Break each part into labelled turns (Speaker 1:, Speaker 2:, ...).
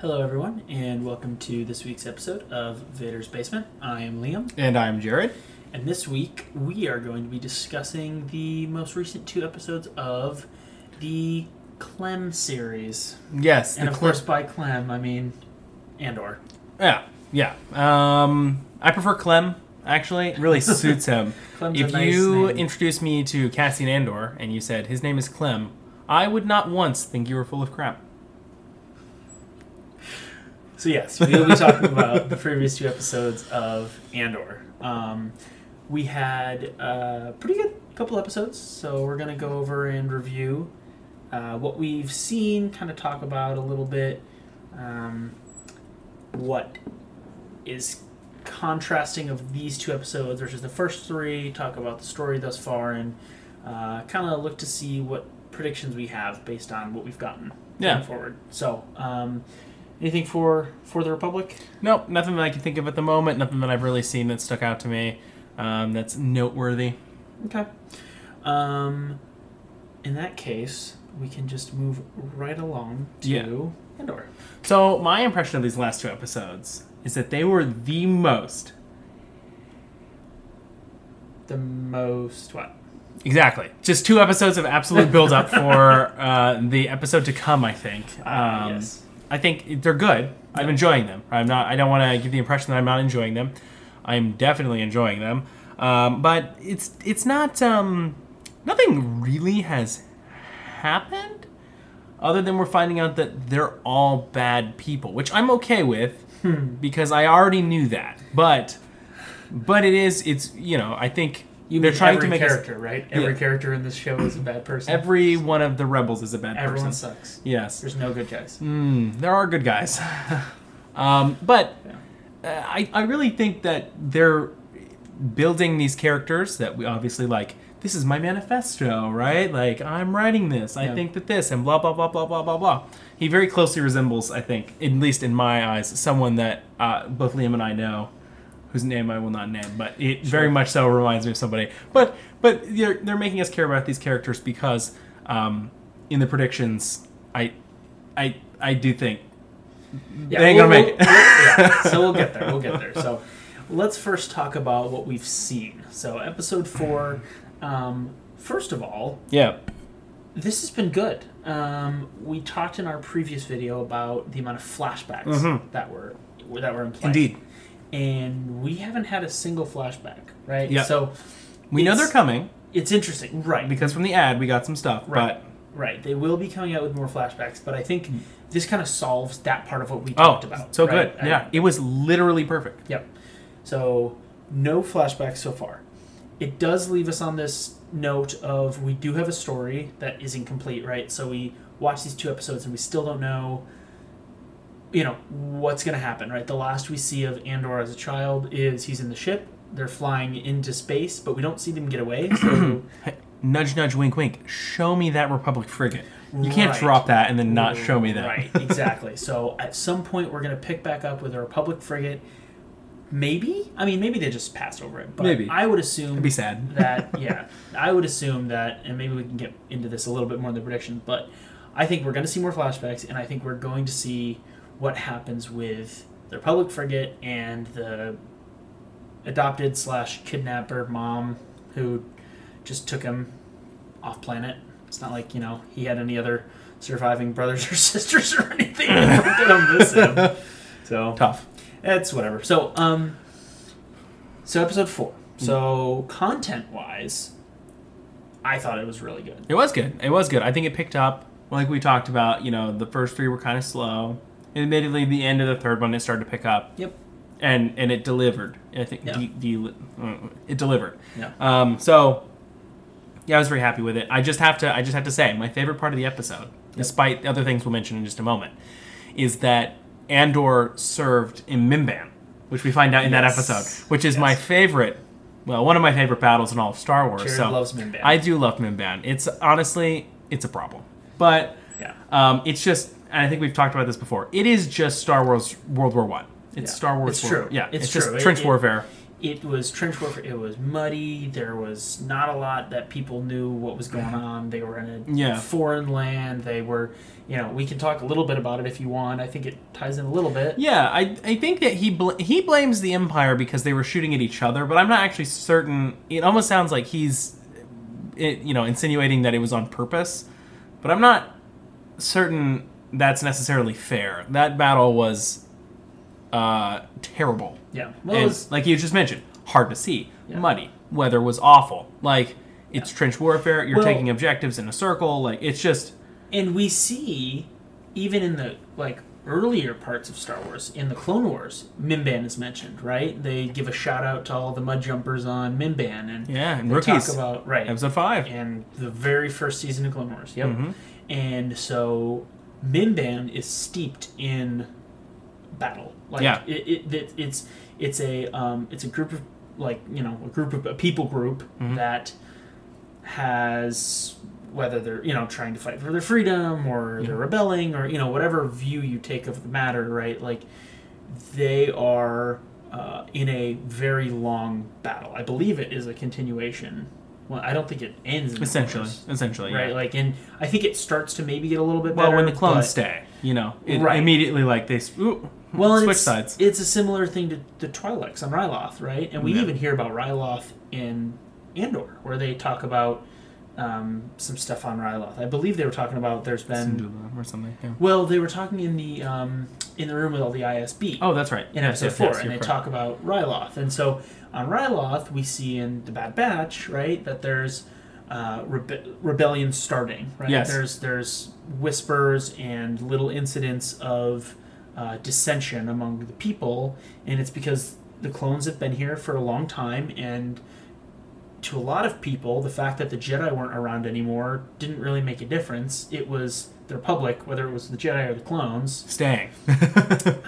Speaker 1: Hello, everyone, and welcome to this week's episode of Vader's Basement. I am Liam,
Speaker 2: And I'm Jared.
Speaker 1: and this week we are going to be discussing the most recent two episodes of the Clem series.
Speaker 2: Yes,
Speaker 1: And
Speaker 2: the
Speaker 1: of
Speaker 2: clip-
Speaker 1: course, by Clem, I mean Andor.
Speaker 2: Yeah, yeah. Um, I prefer Clem. Actually, it really suits him.
Speaker 1: Clem's a
Speaker 2: if
Speaker 1: nice
Speaker 2: you
Speaker 1: name.
Speaker 2: introduced me to Cassian Andor and you said his name is Clem, I would not once think you were full of crap.
Speaker 1: So yes, we will be talking about the previous two episodes of Andor. Um, we had a pretty good couple episodes, so we're gonna go over and review uh, what we've seen, kind of talk about a little bit, um, what is contrasting of these two episodes versus the first three. Talk about the story thus far, and uh, kind of look to see what predictions we have based on what we've gotten
Speaker 2: Yeah.
Speaker 1: going forward. So. Um, Anything for for the Republic?
Speaker 2: Nope, nothing that I can think of at the moment. Nothing that I've really seen that stuck out to me. Um, that's noteworthy.
Speaker 1: Okay. Um, in that case, we can just move right along to
Speaker 2: Yeah.
Speaker 1: Andor.
Speaker 2: So my impression of these last two episodes is that they were the most
Speaker 1: The most what?
Speaker 2: Exactly. Just two episodes of absolute build up for uh, the episode to come. I think.
Speaker 1: Ah,
Speaker 2: Um,
Speaker 1: yes.
Speaker 2: I think they're good. I'm enjoying them. I'm not. I don't want to give the impression that I'm not enjoying them. I'm definitely enjoying them. Um, but it's it's not. Um, nothing really has happened, other than we're finding out that they're all bad people, which I'm okay with
Speaker 1: Hmm.
Speaker 2: because I already knew that. But but it is. It's you know. I think.
Speaker 1: You
Speaker 2: they're
Speaker 1: mean
Speaker 2: trying
Speaker 1: every
Speaker 2: to make us-
Speaker 1: character, right? Every
Speaker 2: Yeah.
Speaker 1: character in this show is a bad person.
Speaker 2: Every one of the rebels is a bad
Speaker 1: Everyone
Speaker 2: person.
Speaker 1: sucks.
Speaker 2: Yes.
Speaker 1: There's no good guys.
Speaker 2: Mm, there are good guys. um, but
Speaker 1: Yeah.
Speaker 2: uh, I, I really think that they're building these characters that we obviously like. This is my manifesto, right? Like, I'm writing this. I
Speaker 1: Yeah.
Speaker 2: think that this, and blah, blah, blah, blah, blah, blah, blah. He very closely resembles, I think, at least in my eyes, someone that uh, both Liam and I know. Whose name I will not name, but it very much so reminds me of somebody. But but they're, they're making us care about these characters because um, in the predictions, I I I do think
Speaker 1: Yeah,
Speaker 2: They ain't gonna make it.
Speaker 1: yeah, so we'll get there. We'll get there. So let's first talk about what we've seen. So episode four. Um, first of all,
Speaker 2: yeah
Speaker 1: This has been good. Um, we talked in our previous video about the amount of flashbacks
Speaker 2: Mhm.
Speaker 1: that were that were in play.
Speaker 2: indeed.
Speaker 1: And we haven't had a single flashback, right?
Speaker 2: Yeah.
Speaker 1: So
Speaker 2: We know
Speaker 1: It's-
Speaker 2: they're coming
Speaker 1: it's interesting, right?
Speaker 2: because from the ad we got some stuff,
Speaker 1: Right. right, they will be coming out with more flashbacks, but I think this kind of solves that part of what we
Speaker 2: but Mm. oh,
Speaker 1: talked about.
Speaker 2: so
Speaker 1: right?
Speaker 2: good.
Speaker 1: I-
Speaker 2: yeah, it was literally perfect.
Speaker 1: Yep. So no flashbacks so far. It does leave us on this note of we do have a story that is incomplete, right? So we watch these two episodes and we still don't know you know what's going to happen, right? The last we see of Andor as a child is he's in the ship, they're flying into space, but we don't see them get away. So
Speaker 2: Nudge, nudge, wink, wink. Show me that Republic frigate. You can't
Speaker 1: Right.
Speaker 2: drop that and then not show me that.
Speaker 1: Right, exactly. so at some point we're going to pick back up with a Republic frigate. Maybe? I mean, maybe they just passed over it, but
Speaker 2: Maybe.
Speaker 1: I would assume
Speaker 2: It'd be sad.
Speaker 1: that yeah i would assume that and maybe we can get into this a little bit more in the prediction but i think we're going to see more flashbacks and i think we're going to see what happens with the republic frigate and the adopted slash kidnapper mom who just took him off planet it's not like you know he had any other surviving brothers or sisters or anything that I'm missing. so
Speaker 2: Tough.
Speaker 1: it's whatever. So, um, so episode four.
Speaker 2: Mm-hmm.
Speaker 1: So content wise, I thought it was really good.
Speaker 2: It was good. It was good. I think it picked up. Like we talked about, you know, the first three were kind of slow. And admittedly, the end of the third one, it started to pick up.
Speaker 1: Yep.
Speaker 2: and and it delivered. I think
Speaker 1: Yeah.
Speaker 2: de- de- uh, it delivered.
Speaker 1: Yeah.
Speaker 2: Um, so yeah, I was very happy with it. I just have to I just have to say my favorite part of the episode, despite the other things we'll mention in just a moment, is that Andor served in Mimban, which we find out in
Speaker 1: Yes.
Speaker 2: that episode, which is my
Speaker 1: Yes.
Speaker 2: favorite. Well, one of my favorite battles in all of Star Wars.
Speaker 1: Jared
Speaker 2: so
Speaker 1: loves Mimban.
Speaker 2: I do love Mimban. It's honestly it's a problem, but
Speaker 1: yeah.
Speaker 2: um, it's just, and I think we've talked about this before. It is just Star Wars World War One. It's
Speaker 1: Yeah.
Speaker 2: Star Wars.
Speaker 1: It's
Speaker 2: World-
Speaker 1: true.
Speaker 2: Yeah,
Speaker 1: It's
Speaker 2: it's, just
Speaker 1: true. It-
Speaker 2: trench
Speaker 1: it-
Speaker 2: warfare.
Speaker 1: it was trench warfare. It was muddy. There was not a lot that people knew what was going on. They were in a
Speaker 2: Yeah.
Speaker 1: foreign land. They were, you know, we can talk a little bit about it if you want. I think it ties in a little bit.
Speaker 2: Yeah, I, I think that he bl- he blames the Empire because they were shooting at each other, but I'm not actually certain. It almost sounds like he's, it, you know, insinuating that it was on purpose, but I'm not certain that's necessarily fair. That battle was uh, terrible.
Speaker 1: Yeah. Well, it
Speaker 2: And
Speaker 1: was,
Speaker 2: like you just mentioned, hard to see,
Speaker 1: Yeah.
Speaker 2: muddy, weather was awful. Like it's trench warfare. You're
Speaker 1: Well-
Speaker 2: taking objectives in a circle. Like it's just
Speaker 1: and we see, even in the like earlier parts of Star Wars, in the Clone Wars, Mimban is mentioned, right? They give a shout out to all the mud jumpers on Mimban, and
Speaker 2: yeah, and
Speaker 1: they
Speaker 2: rookies.
Speaker 1: talk about right
Speaker 2: Episode five.
Speaker 1: and the very first season of Clone Wars. Yep. And so Mimban is steeped in battle. Like
Speaker 2: Yeah.
Speaker 1: it, it, it it's it's a um, it's a group of like you know a group of a people group that has whether they're you know trying to fight for their freedom or they're rebelling or you know whatever view you take of the matter right like they are uh, in a very long battle i believe it is a continuation well i don't think it ends in the
Speaker 2: Essentially,
Speaker 1: Clone
Speaker 2: essentially,
Speaker 1: Wars,
Speaker 2: yeah.
Speaker 1: right like and i think it starts to maybe get a little bit
Speaker 2: Well,
Speaker 1: better
Speaker 2: when the clones
Speaker 1: but-
Speaker 2: stay, you know, it
Speaker 1: Right.
Speaker 2: immediately like they s- ooh,
Speaker 1: Well, and
Speaker 2: switch
Speaker 1: it's,
Speaker 2: sides.
Speaker 1: It's a similar thing to the Twi'leks on Ryloth, right? And we
Speaker 2: Yeah.
Speaker 1: even hear about Ryloth in Andor, where they talk about um, some stuff on Ryloth. I believe they were talking about there's been.
Speaker 2: Syndulla or something. yeah.
Speaker 1: Well, they were talking in the um, in the room with all the ISB
Speaker 2: Oh, that's right.
Speaker 1: in
Speaker 2: Yes,
Speaker 1: episode
Speaker 2: yes,
Speaker 1: four,
Speaker 2: yes,
Speaker 1: and
Speaker 2: you're
Speaker 1: they
Speaker 2: correct.
Speaker 1: talk about Ryloth. And so on Ryloth, we see in the Bad Batch, right, that there's uh, rebe- rebellion starting. Right,
Speaker 2: Yes.
Speaker 1: there's there's whispers and little incidents of uh, dissension among the people, and it's because the clones have been here for a long time and. To a lot of people, the fact that the Jedi weren't around anymore didn't really make a difference. It was the Republic, whether it was the Jedi or the clones,
Speaker 2: staying.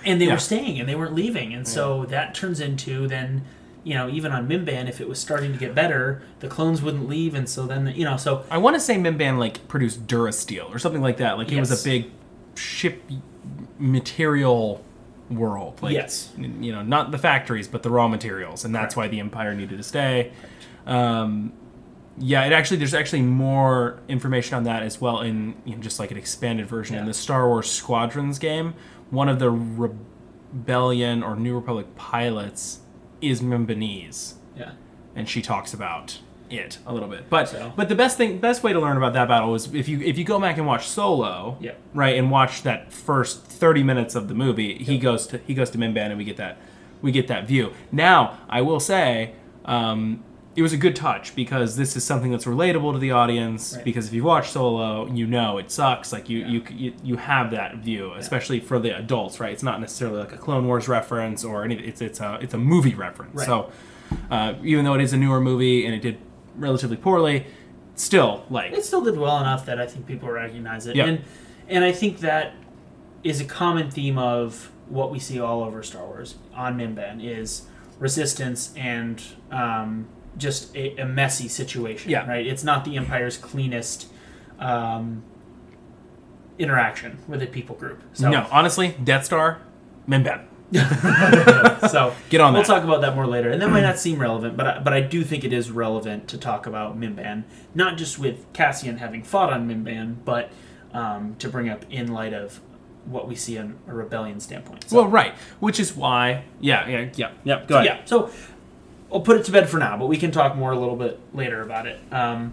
Speaker 1: and they
Speaker 2: Yeah.
Speaker 1: were staying and they weren't leaving and so that turns into then you know even on mimban if it was starting to get better the clones wouldn't leave and so then you know so
Speaker 2: I want to say Mimban like produced Durasteel or something like that. Like it was
Speaker 1: Yes.
Speaker 2: a big ship material world. Like,
Speaker 1: Yes.
Speaker 2: n- you know, not the factories, but the raw materials, and that's why the Empire needed to stay. Um, yeah, it actually there's actually more information on that as well in you know, just like an expanded version in
Speaker 1: Yeah.
Speaker 2: the Star Wars Squadrons game. One of the rebellion or New Republic pilots is Mimbanese
Speaker 1: yeah
Speaker 2: and she talks about it a little bit. But
Speaker 1: So-
Speaker 2: but the best thing best way to learn about that battle was if you if you go back and watch Solo,
Speaker 1: Yep.
Speaker 2: right, and watch that first 30 minutes of the movie, he goes to he goes to Mimban and we get that we get that view. Now, I will say um it was a good touch because this is something that's relatable to the audience.
Speaker 1: Right.
Speaker 2: Because if you watch Solo, you know it sucks. Like you, you, you, you have that view, especially for the adults, right? It's not necessarily like a Clone Wars reference or anything. It's it's a it's a movie reference.
Speaker 1: Right.
Speaker 2: So uh, even though it is a newer movie and it did relatively poorly, still like
Speaker 1: it still did well enough that i think people recognize it
Speaker 2: Yeah.
Speaker 1: and and i think that is a common theme of what we see all over star wars on mimban is resistance and um, just a, a messy situation
Speaker 2: Yeah.
Speaker 1: right it's not the empire's cleanest um, interaction with a people group so
Speaker 2: no, honestly, Death Star, Mimban.
Speaker 1: so
Speaker 2: Get on
Speaker 1: We'll
Speaker 2: that.
Speaker 1: talk about that more later, and that might not seem relevant, but I, but I do think it is relevant to talk about Mimban, not just with Cassian having fought on Mimban, but um, to bring up in light of what we see on a rebellion standpoint. So,
Speaker 2: Well, right, which is why, yeah, yeah, yeah, yeah. Go ahead.
Speaker 1: yeah, so I'll put it to bed for now, but we can talk more a little bit later about it. Um,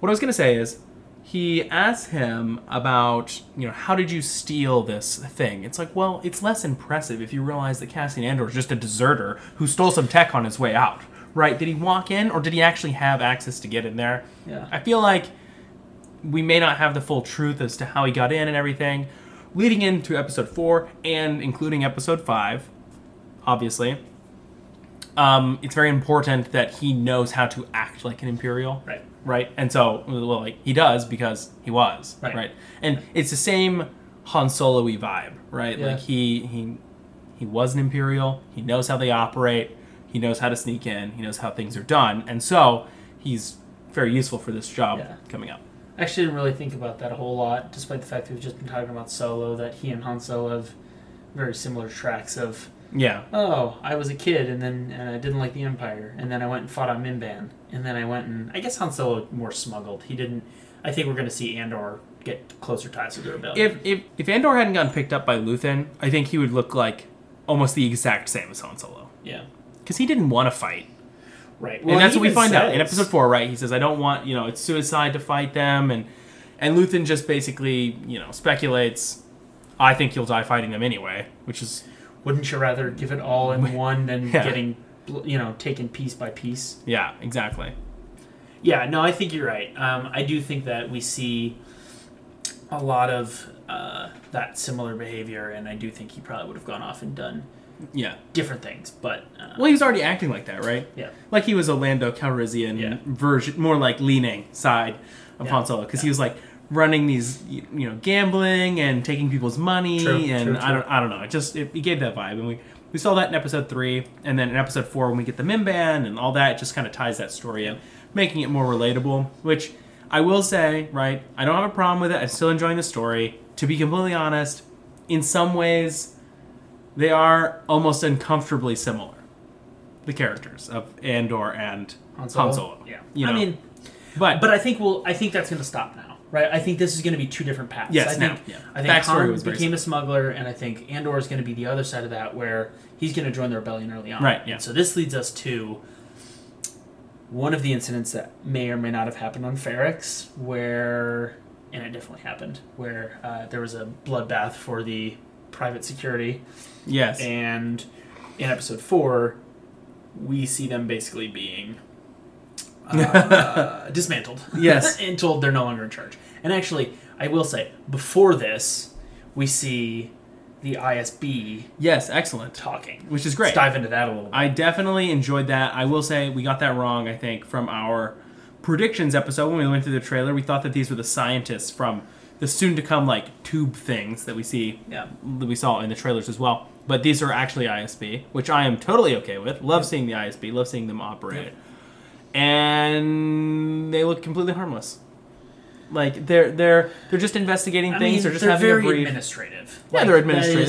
Speaker 2: What I was gonna say is, he asks him about, you know, how did you steal this thing? It's like, well, it's less impressive if you realize that Cassian Andor is just a deserter who stole some tech on his way out, right? Did he walk in, or did he actually have access to get in there?
Speaker 1: Yeah.
Speaker 2: I feel like we may not have the full truth as to how he got in and everything, leading into episode four and including episode five, obviously. Um, it's very important that he knows how to act like an imperial
Speaker 1: right.
Speaker 2: right? And so, well, like he does because he was,
Speaker 1: Right.
Speaker 2: right? And it's the same Han Solo-y vibe, right?
Speaker 1: Yeah.
Speaker 2: Like he he he was an Imperial. He knows how they operate. He knows how to sneak in. He knows how things are done, and so he's very useful for this job
Speaker 1: Yeah.
Speaker 2: coming up.
Speaker 1: I actually didn't really think about that a whole lot, despite the fact that we've just been talking about Solo, that he and Han Solo have very similar tracks of
Speaker 2: Yeah.
Speaker 1: oh, I was a kid and then and I didn't like the Empire, and then I went and fought on Mimban, and then I went and I guess Han Solo more smuggled. He didn't. I think we're going to see Andor get closer ties to the rebellion.
Speaker 2: If if if Andor hadn't gotten picked up by Luthen, I think he would look like almost the exact same as Han Solo
Speaker 1: yeah,
Speaker 2: because he didn't want to fight.
Speaker 1: right.
Speaker 2: and that's
Speaker 1: he
Speaker 2: what we
Speaker 1: even
Speaker 2: find out in
Speaker 1: says-
Speaker 2: episode four, right? He says, "I don't want you know it's suicide to fight them," and and Luthen just basically you know speculates, "I think you'll die fighting them anyway," which is
Speaker 1: Wouldn't you rather give it all in one than
Speaker 2: Yeah.
Speaker 1: getting, bl- you know, taken piece by piece?
Speaker 2: yeah, exactly.
Speaker 1: Yeah, no, I think you're right. Um, I do think that we see a lot of uh, that similar behavior, and I do think he probably would have gone off and done
Speaker 2: Yeah.
Speaker 1: different things. But uh,
Speaker 2: Well, he was already acting like that, right?
Speaker 1: yeah,
Speaker 2: Like he was a Lando Calrissian
Speaker 1: Yeah.
Speaker 2: version, more like leaning side of
Speaker 1: Yeah.
Speaker 2: Han Solo, because he
Speaker 1: Yeah.
Speaker 2: was like running these, y- you know, gambling and taking people's money,
Speaker 1: True,
Speaker 2: and
Speaker 1: true,
Speaker 2: I
Speaker 1: true.
Speaker 2: don't, I don't know. It just it, it gave that vibe, and we we saw that in episode three, and then in episode four when we get the Mimban and all that, it just kind of ties that story in, making it more relatable. Which I will say, right? I don't have a problem with it. I'm still enjoying the story. To be completely honest, in some ways, they are almost uncomfortably similar. The characters of Andor and
Speaker 1: Han Solo.
Speaker 2: Han Solo.
Speaker 1: Yeah,
Speaker 2: you
Speaker 1: I
Speaker 2: know.
Speaker 1: mean,
Speaker 2: but,
Speaker 1: but I think we'll. I think that's going to stop now, right? I think this is going to be two different paths.
Speaker 2: Yes,
Speaker 1: I
Speaker 2: now,
Speaker 1: think
Speaker 2: yeah.
Speaker 1: I think
Speaker 2: Backstory
Speaker 1: Han
Speaker 2: was very
Speaker 1: became a smuggler, and I think Andor is going to be the other side of that, where he's going to join the rebellion early on.
Speaker 2: Right, yeah.
Speaker 1: So this leads us to one of the incidents that may or may not have happened on Ferrex, where and it definitely happened, where uh, there was a bloodbath for the private security,
Speaker 2: yes,
Speaker 1: and in episode four, we see them basically being. Uh, dismantled
Speaker 2: Yes.
Speaker 1: and told they're no longer in charge. And actually, I will say, before this, we see the ISB
Speaker 2: yes, excellent.
Speaker 1: talking.
Speaker 2: Which is great.
Speaker 1: Let's dive into that a little bit.
Speaker 2: I definitely enjoyed that. I will say we got that wrong, I think, from our predictions episode when we went through the trailer. We thought that these were the scientists from the soon to come like tube things that we see
Speaker 1: yeah.
Speaker 2: that we saw in the trailers as well. But these are actually ISB, which I am totally okay with. Love seeing the ISB, love seeing them operate. it. And they look completely harmless. Like they're they're they're just investigating
Speaker 1: I
Speaker 2: things,
Speaker 1: mean,
Speaker 2: they're just
Speaker 1: they're
Speaker 2: having
Speaker 1: very
Speaker 2: a brief
Speaker 1: administrative.
Speaker 2: Yeah,
Speaker 1: Like, That is,
Speaker 2: they're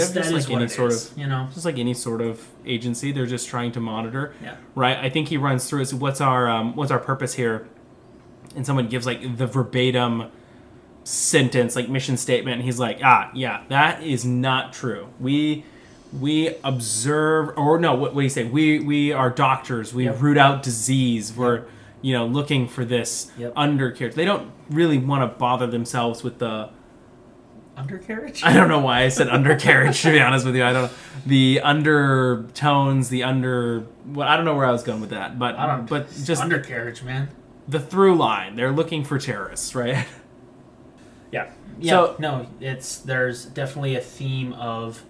Speaker 2: administrative,
Speaker 1: that is
Speaker 2: just like
Speaker 1: what
Speaker 2: any
Speaker 1: it
Speaker 2: sort
Speaker 1: is,
Speaker 2: of-
Speaker 1: you know.
Speaker 2: just like any sort of agency, they're just trying to monitor
Speaker 1: Yeah.
Speaker 2: right? I think he runs through his what's our um, what's our purpose here, and someone gives like the verbatim sentence, like mission statement, and he's like, ah, yeah, that is not true. We we observe, or no, what, what do you say? We we are doctors. We
Speaker 1: Yep.
Speaker 2: root out disease. We're you know looking for this
Speaker 1: Yep.
Speaker 2: undercarriage. They don't really want to bother themselves with the
Speaker 1: Undercarriage?
Speaker 2: I don't know why I said undercarriage. to be honest with you, I don't. The undertones, the under. Well, I don't know where I was going with that, but
Speaker 1: I don't-
Speaker 2: but just
Speaker 1: undercarriage, man.
Speaker 2: the through line. They're looking for terrorists, right?
Speaker 1: Yeah. Yeah.
Speaker 2: So-
Speaker 1: no, it's there's definitely a theme of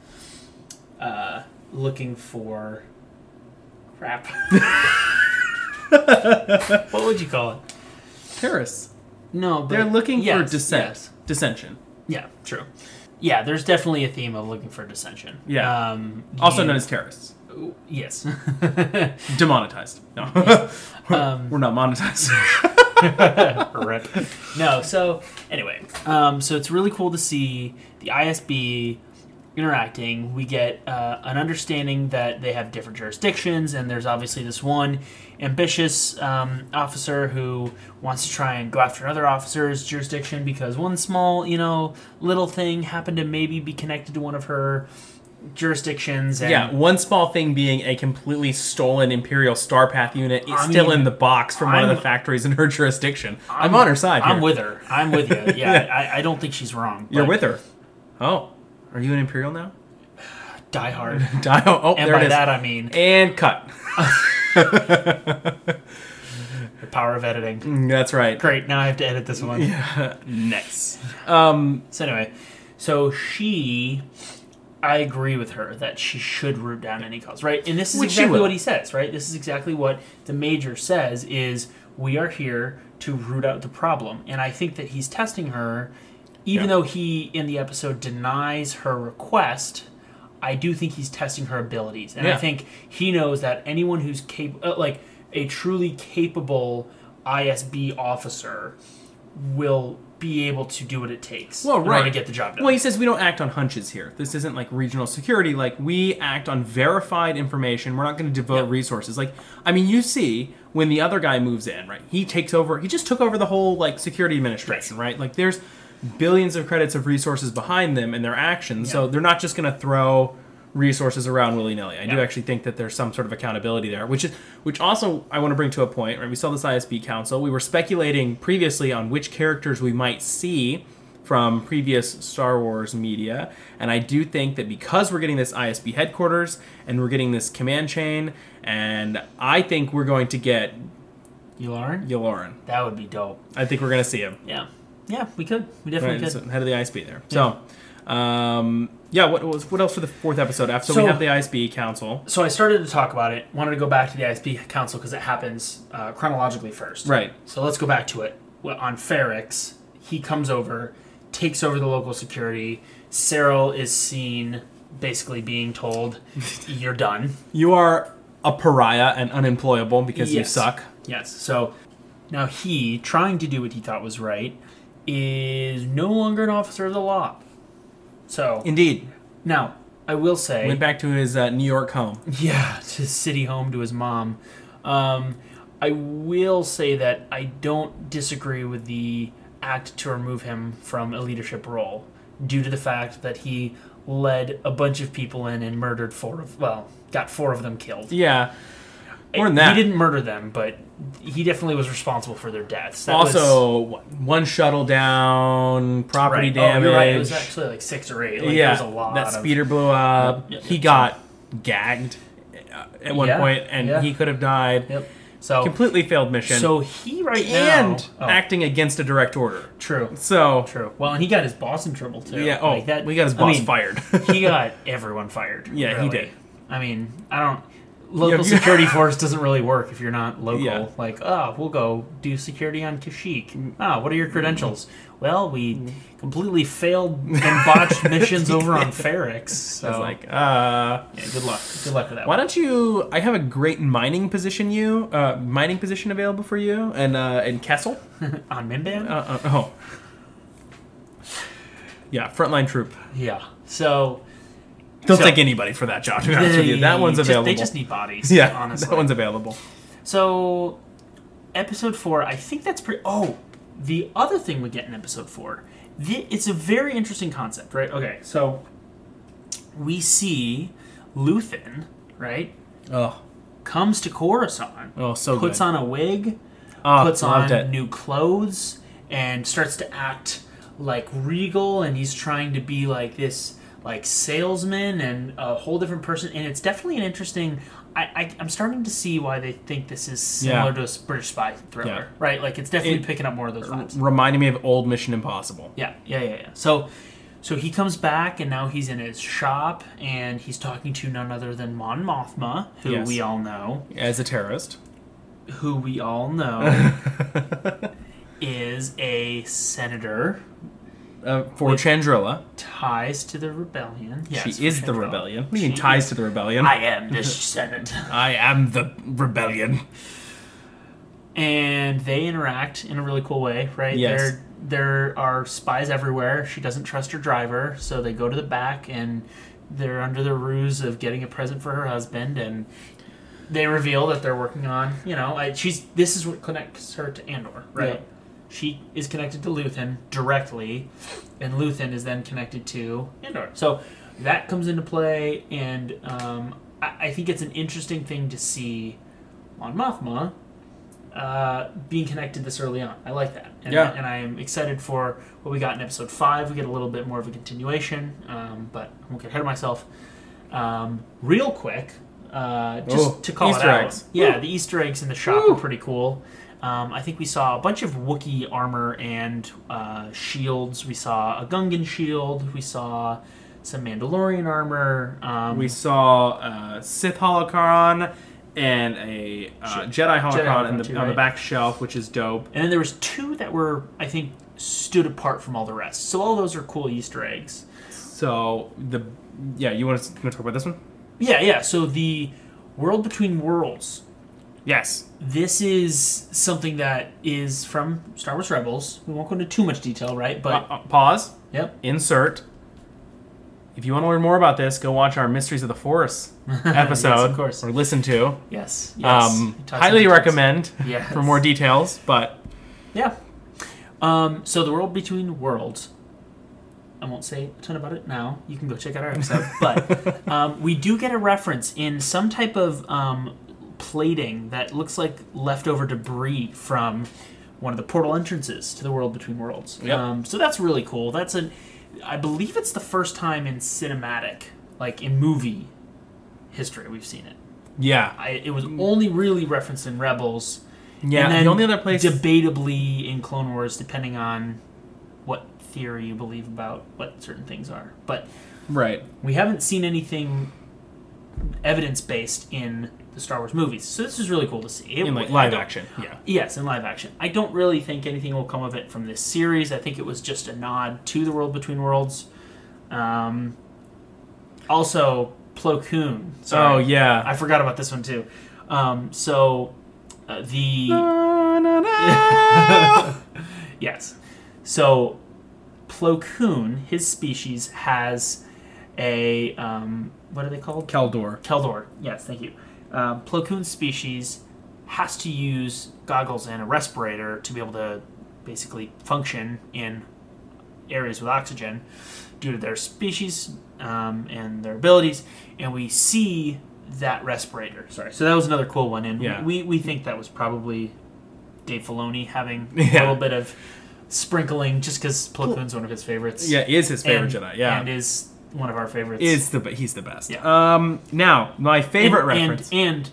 Speaker 1: uh, looking for crap. what would you call it?
Speaker 2: terrorists.
Speaker 1: No, but
Speaker 2: They're looking
Speaker 1: Yes,
Speaker 2: for dissent,
Speaker 1: yes.
Speaker 2: dissension.
Speaker 1: Yeah, true. Yeah, there's definitely a theme of looking for dissension.
Speaker 2: Yeah.
Speaker 1: Um,
Speaker 2: Also
Speaker 1: and-
Speaker 2: known as terrorists.
Speaker 1: yes.
Speaker 2: Demonetized. No,
Speaker 1: um,
Speaker 2: we're not monetized.
Speaker 1: rip. No. So anyway, um, so it's really cool to see the ISB interacting. We get uh, an understanding that they have different jurisdictions, and there's obviously this one ambitious um, officer who wants to try and go after another officer's jurisdiction because one small, you know, little thing happened to maybe be connected to one of her jurisdictions. And
Speaker 2: yeah, one small thing being a completely stolen Imperial Star Path unit is
Speaker 1: I
Speaker 2: still
Speaker 1: mean,
Speaker 2: in the box from one of
Speaker 1: I'm-
Speaker 2: the factories in her jurisdiction. I'm, on her side.
Speaker 1: I'm
Speaker 2: here.
Speaker 1: with her. I'm with you. Yeah, I, I don't think she's wrong.
Speaker 2: You're
Speaker 1: but
Speaker 2: with her. Oh, are you an Imperial now?
Speaker 1: Die Hard,
Speaker 2: Dial. Oh,
Speaker 1: and
Speaker 2: there
Speaker 1: by
Speaker 2: it is.
Speaker 1: that I mean
Speaker 2: And cut.
Speaker 1: the power of editing.
Speaker 2: Mm, That's right.
Speaker 1: Great. Now I have to edit this one.
Speaker 2: Nice. Um,
Speaker 1: So anyway, so she, I agree with her that she should root down any cause, right? And this is
Speaker 2: Which she
Speaker 1: exactly
Speaker 2: will.
Speaker 1: what he says, right? This is exactly what the major says: is we are here to root out the problem, and I think that he's testing her, even
Speaker 2: Yeah.
Speaker 1: though he in the episode denies her request. I do think he's testing her abilities, and I
Speaker 2: Yeah.
Speaker 1: think he knows that anyone who's capable, uh, like a truly capable ISB officer, will be able to do what it takes
Speaker 2: Well,
Speaker 1: in
Speaker 2: right.
Speaker 1: order to get the job done.
Speaker 2: Well, he says we don't act on hunches here. This isn't like regional security. Like we act on verified information. We're not going to devote
Speaker 1: Yeah.
Speaker 2: resources. Like I mean, you see when the other guy moves in, right? He takes over. He just took over the whole like security administration, right? Like there's billions of credits of resources behind them and their actions. So
Speaker 1: Yeah.
Speaker 2: they're not just going to throw resources around willy nilly. I do
Speaker 1: Yeah.
Speaker 2: actually think that there's some sort of accountability there, which is which also I want to bring to a point. Right, we saw this ISB council. We were speculating previously on which characters we might see from previous Star Wars media, and I do think that because we're getting this ISB headquarters and we're getting this command chain, and I think we're going to get
Speaker 1: you learn?
Speaker 2: Yularen.
Speaker 1: That would be dope.
Speaker 2: I think we're going to see him.
Speaker 1: Yeah. Yeah, we could. We
Speaker 2: Right,
Speaker 1: definitely
Speaker 2: so
Speaker 1: could.
Speaker 2: head of the ISB there. So, um, yeah. What was what else for the fourth episode? After so,
Speaker 1: So-
Speaker 2: we have the ISB council,
Speaker 1: So I started to talk about it. Wanted to go back to the ISP council because it happens uh, chronologically first.
Speaker 2: right?
Speaker 1: So let's go back to it. Well, on Ferrex, he comes over, takes over the local security. Cyril is seen basically being told, "You're done."
Speaker 2: You are a pariah and unemployable because you
Speaker 1: Yes.
Speaker 2: suck.
Speaker 1: Yes. So now he, trying to do what he thought was right, is no longer an officer of the law. So
Speaker 2: Indeed.
Speaker 1: now I will say,
Speaker 2: Went back to his uh, New York home.
Speaker 1: yeah, to his city home to his mom. Um, I will say that I don't disagree with the act to remove him from a leadership role due to the fact that he led a bunch of people in and murdered four of well got four of them killed
Speaker 2: Yeah. More than that.
Speaker 1: he didn't murder them but he definitely was responsible for their deaths that was-
Speaker 2: also, what, one shuttle down, property
Speaker 1: Right. Oh,
Speaker 2: damage.
Speaker 1: you're right. It was actually like six or eight. Like,
Speaker 2: yeah,
Speaker 1: There was a lot.
Speaker 2: that
Speaker 1: of-
Speaker 2: speeder blew up.
Speaker 1: Yeah,
Speaker 2: he
Speaker 1: yeah.
Speaker 2: got gagged uh, at one
Speaker 1: Yeah,
Speaker 2: point, and
Speaker 1: yeah.
Speaker 2: he could have died.
Speaker 1: Yep. So
Speaker 2: Completely failed mission.
Speaker 1: so he right now
Speaker 2: and
Speaker 1: oh,
Speaker 2: acting against a direct order.
Speaker 1: true
Speaker 2: So
Speaker 1: true. Well, and he got his boss in trouble too.
Speaker 2: yeah. Oh,
Speaker 1: Like, that.
Speaker 2: we got his
Speaker 1: I
Speaker 2: boss
Speaker 1: mean,
Speaker 2: fired.
Speaker 1: he got everyone fired.
Speaker 2: Yeah, he
Speaker 1: really.
Speaker 2: did.
Speaker 1: I mean, I don't. Local
Speaker 2: you-
Speaker 1: security force doesn't really work if you're not local.
Speaker 2: Yeah.
Speaker 1: Like, oh, we'll go do security on Kashyyyk. Ah, what are
Speaker 2: Mm-hmm.
Speaker 1: your credentials? Well, we completely failed and botched missions over on Ferrex. So,
Speaker 2: I was like, uh.
Speaker 1: yeah, good luck. Good luck with that.
Speaker 2: Why don't you? I have a great mining position. You uh, mining position available for you, and uh, and Kessel.
Speaker 1: one. on Minban?
Speaker 2: Uh, uh, oh, yeah, frontline troop.
Speaker 1: Yeah. So
Speaker 2: Don't
Speaker 1: So-
Speaker 2: take anybody for that job. To be honest with you, that one's
Speaker 1: just-
Speaker 2: available.
Speaker 1: they just need bodies.
Speaker 2: yeah,
Speaker 1: honestly.
Speaker 2: that one's available.
Speaker 1: so, episode four. I think that's pretty. Oh, the other thing we get in episode four. The, it's a very interesting concept, right? Okay, so we see Luthen, right,
Speaker 2: Oh,
Speaker 1: comes to Coruscant,
Speaker 2: oh, so
Speaker 1: puts
Speaker 2: good.
Speaker 1: on a wig,
Speaker 2: Oh,
Speaker 1: puts
Speaker 2: loved
Speaker 1: on
Speaker 2: it.
Speaker 1: new clothes and starts to act like regal and he's trying to be like this like salesman and a whole different person and it's definitely an interesting I, I, I'm starting to see why they think this is similar
Speaker 2: Yeah.
Speaker 1: to a s- British spy thriller,
Speaker 2: Yeah.
Speaker 1: right? Like it's definitely
Speaker 2: It-
Speaker 1: picking up more of those vibes.
Speaker 2: Reminding me of old Mission Impossible.
Speaker 1: Yeah, yeah, yeah, yeah. So, so he comes back, and now he's in his shop, and he's talking to none other than Mon Mothma, who
Speaker 2: Yes.
Speaker 1: we all know,
Speaker 2: As a terrorist,
Speaker 1: who we all know is a senator
Speaker 2: uh, for
Speaker 1: Wait.
Speaker 2: Chandrilla,
Speaker 1: ties to the rebellion. Yes,
Speaker 2: she is
Speaker 1: for
Speaker 2: the
Speaker 1: sure.
Speaker 2: rebellion. She
Speaker 1: She
Speaker 2: ties
Speaker 1: is-
Speaker 2: to the rebellion.
Speaker 1: I am the Senate.
Speaker 2: I am the rebellion.
Speaker 1: And they interact in a really cool way, right?
Speaker 2: Yes.
Speaker 1: There, there are spies everywhere. She doesn't trust her driver, so they go to the back and they're under the ruse of getting a present for her husband and they reveal that they're working on, you know, I, she's this is what connects her to Andor, right?
Speaker 2: Yeah.
Speaker 1: She is connected to Luthen directly, and Luthen is then connected to Andor. So that comes into play, and um, I, I think it's an interesting thing to see on Mothma uh, being connected this early on. I like that. And,
Speaker 2: Yeah.
Speaker 1: and I am excited for what we got in episode five. We get a little bit more of a continuation, um, but I won't get ahead of myself. Um, real quick, uh, just
Speaker 2: Oh,
Speaker 1: to call
Speaker 2: Easter
Speaker 1: it out.
Speaker 2: eggs.
Speaker 1: Yeah,
Speaker 2: Woo.
Speaker 1: the Easter eggs in the shop
Speaker 2: Woo.
Speaker 1: are pretty cool. Um, I think we saw a bunch of Wookiee armor and uh, shields. We saw a Gungan shield. We saw some Mandalorian armor. Um,
Speaker 2: We saw uh, Sith holocron and a uh, Jedi holocron in
Speaker 1: holocron
Speaker 2: the,
Speaker 1: too,
Speaker 2: on the
Speaker 1: right?
Speaker 2: back shelf, which is dope.
Speaker 1: And then there was two that were, I think, stood apart from all the rest. So all those are cool Easter eggs.
Speaker 2: So the yeah, you want to, you want to talk about this one?
Speaker 1: Yeah, yeah. So the World Between Worlds
Speaker 2: Yes.
Speaker 1: This is something that is from Star Wars Rebels. We won't go into too much detail, right? But
Speaker 2: Uh, uh, pause.
Speaker 1: yep,
Speaker 2: Insert. If you want to learn more about this, go watch our Mysteries of the Force episode
Speaker 1: Yes, of course.
Speaker 2: or listen to.
Speaker 1: yes, yes.
Speaker 2: um,
Speaker 1: It talks
Speaker 2: highly
Speaker 1: about details.
Speaker 2: recommend
Speaker 1: Yes.
Speaker 2: for more details, but
Speaker 1: Yeah. Um, so the world between worlds. I won't say a ton about it now. You can go check out our episode. but um, we do get a reference in some type of um, plating that looks like leftover debris from one of the portal entrances to the world between worlds.
Speaker 2: Yep.
Speaker 1: Um, so that's really cool. That's an, I believe it's the first time in cinematic, like in movie history, we've seen it.
Speaker 2: yeah,
Speaker 1: I, it
Speaker 2: Mm.
Speaker 1: was only really referenced in Rebels.
Speaker 2: yeah.
Speaker 1: And then
Speaker 2: the only other place,
Speaker 1: debatably in Clone Wars, depending on what theory you believe about what certain things are. But
Speaker 2: right?
Speaker 1: we haven't seen anything evidence based in the Star Wars movies, so this is really cool to see. It-
Speaker 2: In like
Speaker 1: I
Speaker 2: live
Speaker 1: don't-
Speaker 2: action, yeah.
Speaker 1: Yes, in live action. I don't really think anything will come of it from this series. I think it was just a nod to the world between worlds. Um, also, Plo Koon.
Speaker 2: Oh
Speaker 1: Sorry.
Speaker 2: yeah.
Speaker 1: I forgot about this one too. Um, so uh, the
Speaker 2: Ah. Na, na, na.
Speaker 1: Yes. So, Plo Koon, his species, has a um, what are they called?
Speaker 2: Keldor.
Speaker 1: Keldor. Yes, thank you. Um, Plo Koon's species has to use goggles and a respirator to be able to basically function in areas with oxygen due to their species um, and their abilities. And we see that respirator. Sorry. So that was another cool one. And
Speaker 2: Yeah.
Speaker 1: we, we think that was probably Dave Filoni having a
Speaker 2: Yeah.
Speaker 1: little bit of sprinkling just because Plo Koon's one of his favorites.
Speaker 2: Yeah, is his favorite
Speaker 1: And-
Speaker 2: Jedi. Yeah,
Speaker 1: And is one of our favorites.
Speaker 2: is the be- he's the best.
Speaker 1: Yeah.
Speaker 2: Um. Now my favorite
Speaker 1: and,
Speaker 2: reference.
Speaker 1: And, and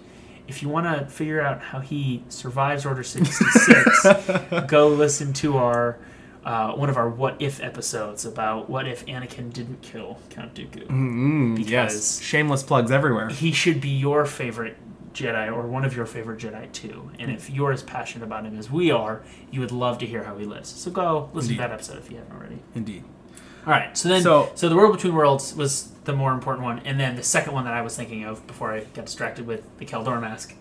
Speaker 1: if you want to figure out how he survives Order 66, go listen to our uh, one of our what if episodes about what if Anakin didn't kill Count Dooku.
Speaker 2: Mm, yes.
Speaker 1: because-
Speaker 2: Shameless plugs everywhere.
Speaker 1: He should be your favorite Jedi or one of your favorite Jedi too.
Speaker 2: Mm-hmm.
Speaker 1: And if you're as passionate about him as we are, you would love to hear how he lives. So go listen to
Speaker 2: Indeed.
Speaker 1: that episode if you haven't already.
Speaker 2: Indeed.
Speaker 1: All right. So then, so,
Speaker 2: So-
Speaker 1: the world between worlds was the more important one, and then the second one that I was thinking of before I got distracted with the Keldor mask.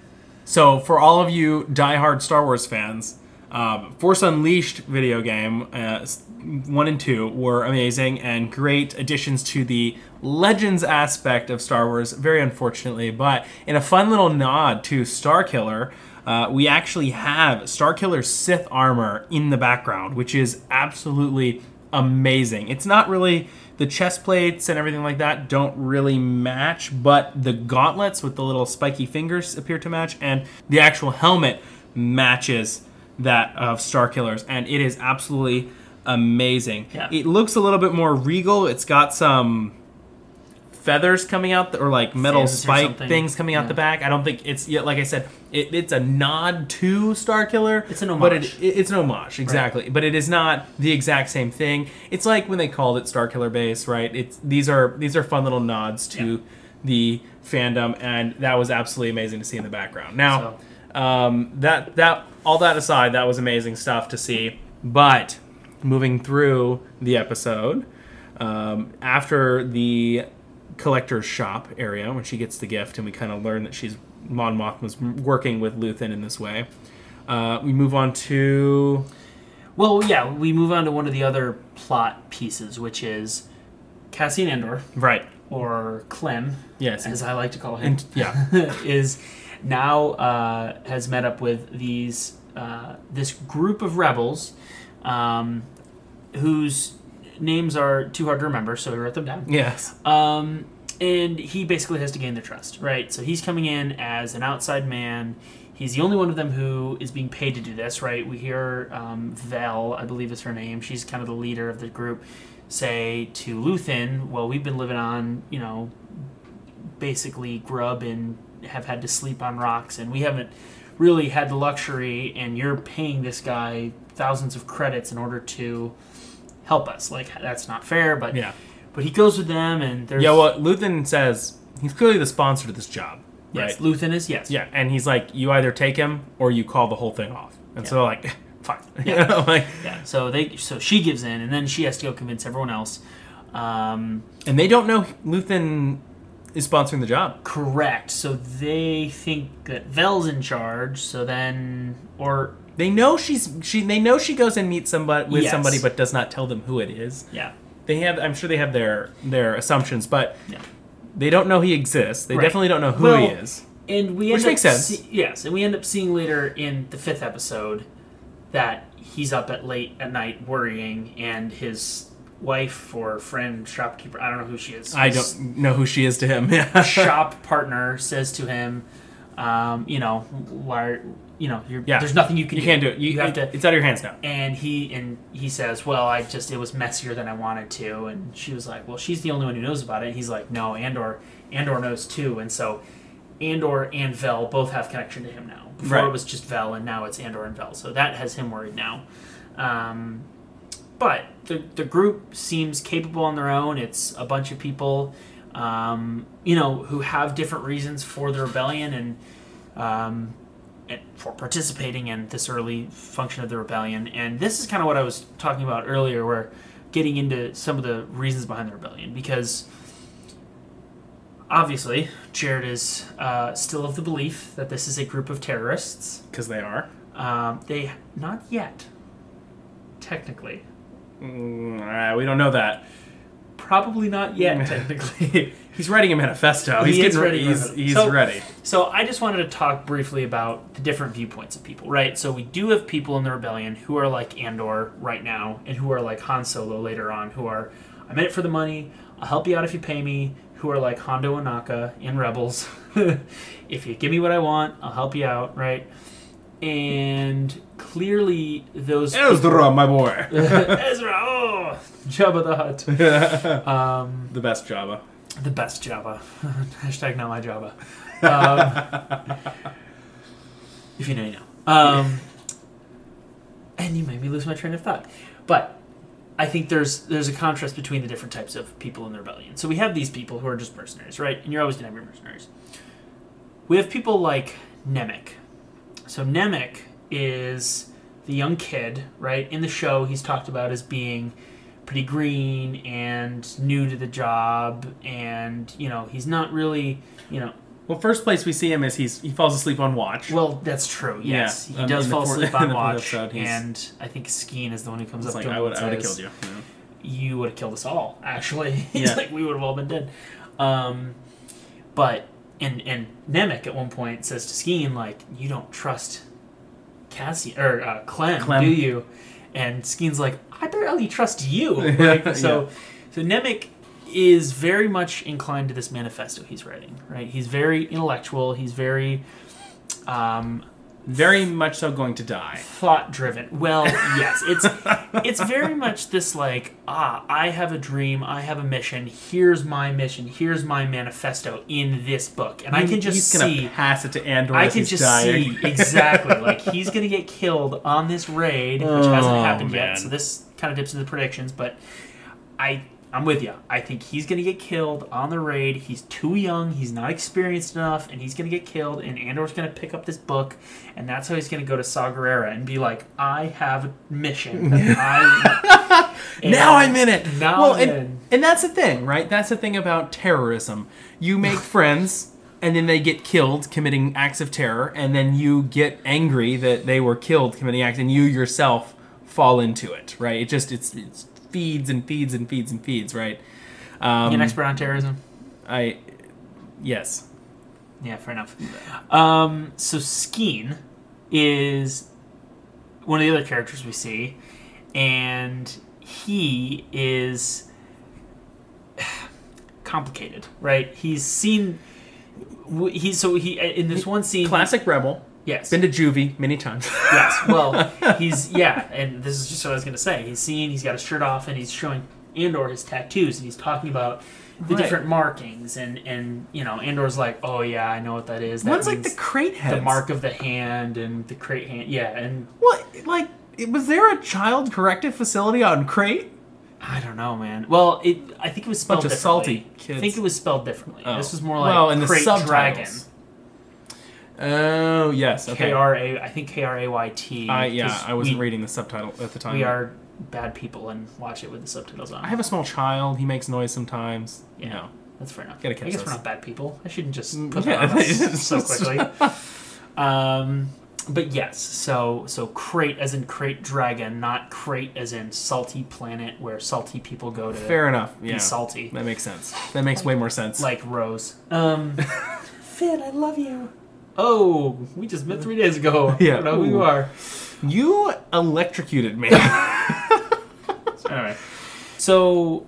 Speaker 2: So for all of you diehard Star Wars fans, um, Force Unleashed video game uh, s- one and two were amazing and great additions to the Legends aspect of Star Wars. Very unfortunately, but in a fun little nod to Star Killer. Uh, we actually have Star Killer's Sith armor in the background, which is absolutely amazing. It's not really the chest plates and everything like that don't really match, but the gauntlets with the little spiky fingers appear to match, and the actual helmet matches that of Star Killers, and it is absolutely amazing.
Speaker 1: Yeah.
Speaker 2: It looks a little bit more regal. It's got some feathers coming out th- or like metal
Speaker 1: Fins or
Speaker 2: spike
Speaker 1: something.
Speaker 2: things coming out
Speaker 1: Yeah.
Speaker 2: the back. I don't think it's yet. Like I said, it, it's a nod to Star Killer.
Speaker 1: It's an
Speaker 2: but
Speaker 1: homage.
Speaker 2: it, it- it's an homage exactly. But it is not the exact same thing. It's like when they called it Star Killer Base, right? It's these are these are fun little nods to the fandom, and that was absolutely amazing to see in the background. Now, um, that that all that aside, that was amazing stuff to see. But moving through the episode, um, after the collector's shop area when she gets the gift and we kind of learn that she's Mon Mothma's m- working with Luthen in this way. Uh, we move on to
Speaker 1: Well, yeah, we move on to one of the other plot pieces, which is Cassian Andor,
Speaker 2: right.
Speaker 1: or Clem,
Speaker 2: Yes.
Speaker 1: as I like to call him,
Speaker 2: And yeah.
Speaker 1: is now uh, has met up with these uh, this group of rebels, um, whose names are too hard to remember, so we wrote them down.
Speaker 2: Yes.
Speaker 1: Um, and he basically has to gain their trust, right? So he's coming in as an outside man. He's the only one of them who is being paid to do this, right? We hear um, Vel, I believe is her name. She's kind of the leader of the group, say to Luthen, "Well, we've been living on, you know, basically grub and have had to sleep on rocks, and we haven't really had the luxury. And you're paying this guy thousands of credits in order to help us. Like that's not fair, but
Speaker 2: Yeah.
Speaker 1: but he goes with them, and there's
Speaker 2: Yeah, well, Luthen says he's clearly the sponsor to this job.
Speaker 1: yes,
Speaker 2: Right.
Speaker 1: Luthen is yes,
Speaker 2: Yeah, and he's like, you either take him or you call the whole thing off. And so, like, fine. You
Speaker 1: Yeah.
Speaker 2: know, like,
Speaker 1: yeah. So they, so she gives in, and then she has to go convince everyone else. Um,
Speaker 2: and they don't know Luthen is sponsoring the job.
Speaker 1: Correct. So they think that Vel's in charge. So then, or
Speaker 2: They know she's she. They know she goes and meets somebody with
Speaker 1: Yes.
Speaker 2: somebody, but does not tell them who it is.
Speaker 1: yeah,
Speaker 2: They have. I'm sure they have their their assumptions, but
Speaker 1: yeah.
Speaker 2: they don't know he exists. They
Speaker 1: Right.
Speaker 2: definitely don't know who he
Speaker 1: Well,
Speaker 2: is.
Speaker 1: And we end
Speaker 2: Which
Speaker 1: up
Speaker 2: makes sense.
Speaker 1: see- yes, and we end up seeing later in the fifth episode that he's up at late at night worrying, and his wife or friend, shopkeeper, I don't know who she is.
Speaker 2: I
Speaker 1: his
Speaker 2: don't know who she is to him. Yeah.
Speaker 1: shop partner says to him, um, you know, why, you know, you're,
Speaker 2: Yeah.
Speaker 1: there's nothing you can
Speaker 2: You
Speaker 1: do.
Speaker 2: can't do it. You,
Speaker 1: have to.
Speaker 2: It's out of your hands now.
Speaker 1: And he and he says, well, I just it was messier than I wanted to, and she was like, well, she's the only one who knows about it. And he's like, no, Andor, Andor knows too, and so Andor and Vel both have connection to him now. Before
Speaker 2: Right.
Speaker 1: it was just Vel, and now it's Andor and Vel, so that has him worried now. Um, but the, the group seems capable on their own. It's a bunch of people, um, you know, who have different reasons for the rebellion and, um, and for participating in this early function of the rebellion. And this is kind of what I was talking about earlier, where getting into some of the reasons behind the rebellion, because obviously Jared is uh, still of the belief that this is a group of terrorists.
Speaker 2: Because they are.
Speaker 1: Um, they not yet, technically.
Speaker 2: Mm, uh, we don't know that.
Speaker 1: Probably not yet, technically.
Speaker 2: He's writing a manifesto. He's
Speaker 1: He is
Speaker 2: getting ready.
Speaker 1: writing a
Speaker 2: He's,
Speaker 1: manifesto.
Speaker 2: he's
Speaker 1: So-
Speaker 2: ready.
Speaker 1: so I just wanted to talk briefly about the different viewpoints of people, right? So we do have people in the rebellion who are like Andor right now, and who are like Han Solo later on, who are I'm in it for the money. I'll help you out if you pay me. Who are like Hondo and Naka in Rebels. if you give me what I want, I'll help you out, right? And clearly, those
Speaker 2: Ezra, my boy.
Speaker 1: Ezra, oh, Jabba the Hutt. Um,
Speaker 2: The best Java.
Speaker 1: the best Java. Hashtag not my Java. Um, if you know, you know. Um, and you made me lose my train of thought. But I think there's there's a contrast between the different types of people in the rebellion. So we have these people who are just mercenaries, right? And you're always gonna have your mercenaries. We have people like Nemec. So Nemec is the young kid, right? In the show, he's talked about as being pretty green and new to the job, and you know he's not really, you know,
Speaker 2: Well, first place we see him is he's he falls asleep on watch.
Speaker 1: well, that's true.
Speaker 2: Yeah,
Speaker 1: Yes, he
Speaker 2: um,
Speaker 1: does
Speaker 2: in the
Speaker 1: fall
Speaker 2: fourth-
Speaker 1: asleep
Speaker 2: in
Speaker 1: on
Speaker 2: the fourth
Speaker 1: watch,
Speaker 2: episode, he's-
Speaker 1: and I think Skeen is the one who comes up
Speaker 2: it's like
Speaker 1: to him.
Speaker 2: I would
Speaker 1: and
Speaker 2: I would have
Speaker 1: says,
Speaker 2: killed you.
Speaker 1: you would have killed us all actually
Speaker 2: Yeah.
Speaker 1: It's like we would have all been dead um, but and and nemec at one point says to skeen like you don't trust cassie or uh, clem,
Speaker 2: Clem.
Speaker 1: do you and skeen's like i barely trust you like, so so nemec is very much inclined to this manifesto he's writing right he's very intellectual he's very um,
Speaker 2: Very much so going to die.
Speaker 1: plot driven. Well, yes, it's it's very much this like ah, I have a dream, I have a mission. Here's my mission. Here's my manifesto in this book, and I can just
Speaker 2: he's
Speaker 1: see.
Speaker 2: gonna pass it to Andor.
Speaker 1: I
Speaker 2: as
Speaker 1: can
Speaker 2: he's
Speaker 1: just
Speaker 2: dying.
Speaker 1: see exactly like he's gonna get killed on this raid, which hasn't
Speaker 2: Oh,
Speaker 1: happened
Speaker 2: man.
Speaker 1: yet. So this kind of dips into the predictions, but I I'm with you. I think he's gonna get killed on the raid. He's too young. He's not experienced enough, and he's gonna get killed. And Andor's gonna pick up this book, and that's how he's gonna go to Sagarera and be like, "I have a mission. that I,
Speaker 2: now I'm in it.
Speaker 1: Now
Speaker 2: well,
Speaker 1: I'm
Speaker 2: and,
Speaker 1: in.
Speaker 2: and that's the thing, right? That's the thing about terrorism. You make friends, and then they get killed committing acts of terror, and then you get angry that they were killed committing acts, and you yourself fall into it, right? It just it's, it's feeds and feeds and feeds and feeds, right? Um,
Speaker 1: You an expert on terrorism.
Speaker 2: I yes,
Speaker 1: Yeah, fair enough. Um, so Skeen is one of the other characters we see, and he is complicated, right? He's seen. w- He's so he uh, in this one scene.
Speaker 2: classic rebel.
Speaker 1: Yes.
Speaker 2: Been to juvie many times.
Speaker 1: yes. Well, he's yeah, and this is just what I was gonna say. He's seen. He's got his shirt off, and he's showing Andor his tattoos, and he's talking about. The
Speaker 2: Right.
Speaker 1: different markings and and you know Andor's like oh yeah I know what that is. That
Speaker 2: One's like
Speaker 1: means-
Speaker 2: the crate heads.
Speaker 1: the mark of the hand and the crate hand. Yeah, and
Speaker 2: What? Like, was there a child corrective facility on crate?
Speaker 1: I don't know, man. Well, it I think it was spelled
Speaker 2: Bunch of
Speaker 1: differently.
Speaker 2: salty kids.
Speaker 1: I think it was spelled differently.
Speaker 2: Oh.
Speaker 1: This was more like
Speaker 2: Well, and the
Speaker 1: crate dragon.
Speaker 2: subtitles. Oh yes.
Speaker 1: K
Speaker 2: Okay.
Speaker 1: R A. I think K R A Y T.
Speaker 2: I yeah,
Speaker 1: 'cause
Speaker 2: I wasn't
Speaker 1: we,
Speaker 2: reading the subtitle at the time.
Speaker 1: We are bad people and watch it with the subtitles on.
Speaker 2: I have a small child. He makes noise sometimes. You
Speaker 1: Yeah.
Speaker 2: know.
Speaker 1: That's fair enough.
Speaker 2: Gotta catch
Speaker 1: I guess
Speaker 2: those.
Speaker 1: we're not bad people. I shouldn't just
Speaker 2: Mm,
Speaker 1: put
Speaker 2: yeah.
Speaker 1: that on us so quickly. Um, but yes, so so crate as in crate dragon, not crate as in salty planet where salty people go to
Speaker 2: Fair enough.
Speaker 1: be
Speaker 2: Yeah.
Speaker 1: salty,
Speaker 2: That makes sense. That makes way more sense.
Speaker 1: like Rose. Um, Finn, I love you. Oh, we just met three days ago. I
Speaker 2: Yeah.
Speaker 1: don't know who you
Speaker 2: Ooh.
Speaker 1: are.
Speaker 2: you electrocuted me.
Speaker 1: Anyway, so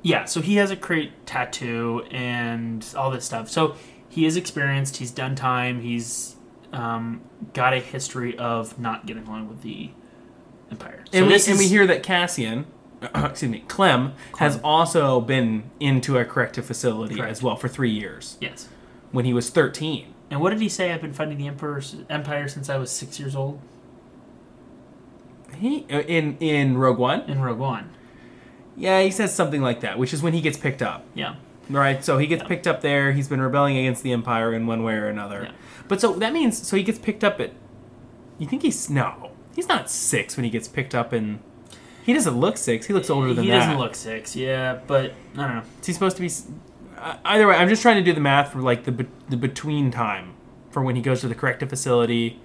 Speaker 1: yeah, so he has a crate tattoo and all this stuff. So he is experienced. He's done time. He's um, got a history of not getting along with the empire. So
Speaker 2: and, we,
Speaker 1: this
Speaker 2: and we
Speaker 1: is-
Speaker 2: hear that Cassian, excuse me, Clem, has also been into a corrective facility
Speaker 1: Correct.
Speaker 2: as well for three years
Speaker 1: yes.
Speaker 2: when he was 13.
Speaker 1: And what did he say? I've been fighting the emperor empire since I was six years old
Speaker 2: He uh, in in Rogue One.
Speaker 1: in Rogue One.
Speaker 2: Yeah, he says something like that, which is when he gets picked up.
Speaker 1: Yeah,
Speaker 2: Right, so he gets
Speaker 1: Yeah.
Speaker 2: picked up there. He's been rebelling against the Empire in one way or another.
Speaker 1: Yeah.
Speaker 2: But so that means so he gets picked up at. You think he's no? He's not six when he gets picked up, and he doesn't look six. He looks older than
Speaker 1: he
Speaker 2: that.
Speaker 1: doesn't look six. Yeah, but I don't know.
Speaker 2: Is he supposed to be? s- uh, Either way, I'm just trying to do the math for like the be- the between time for when he goes to the corrective facility,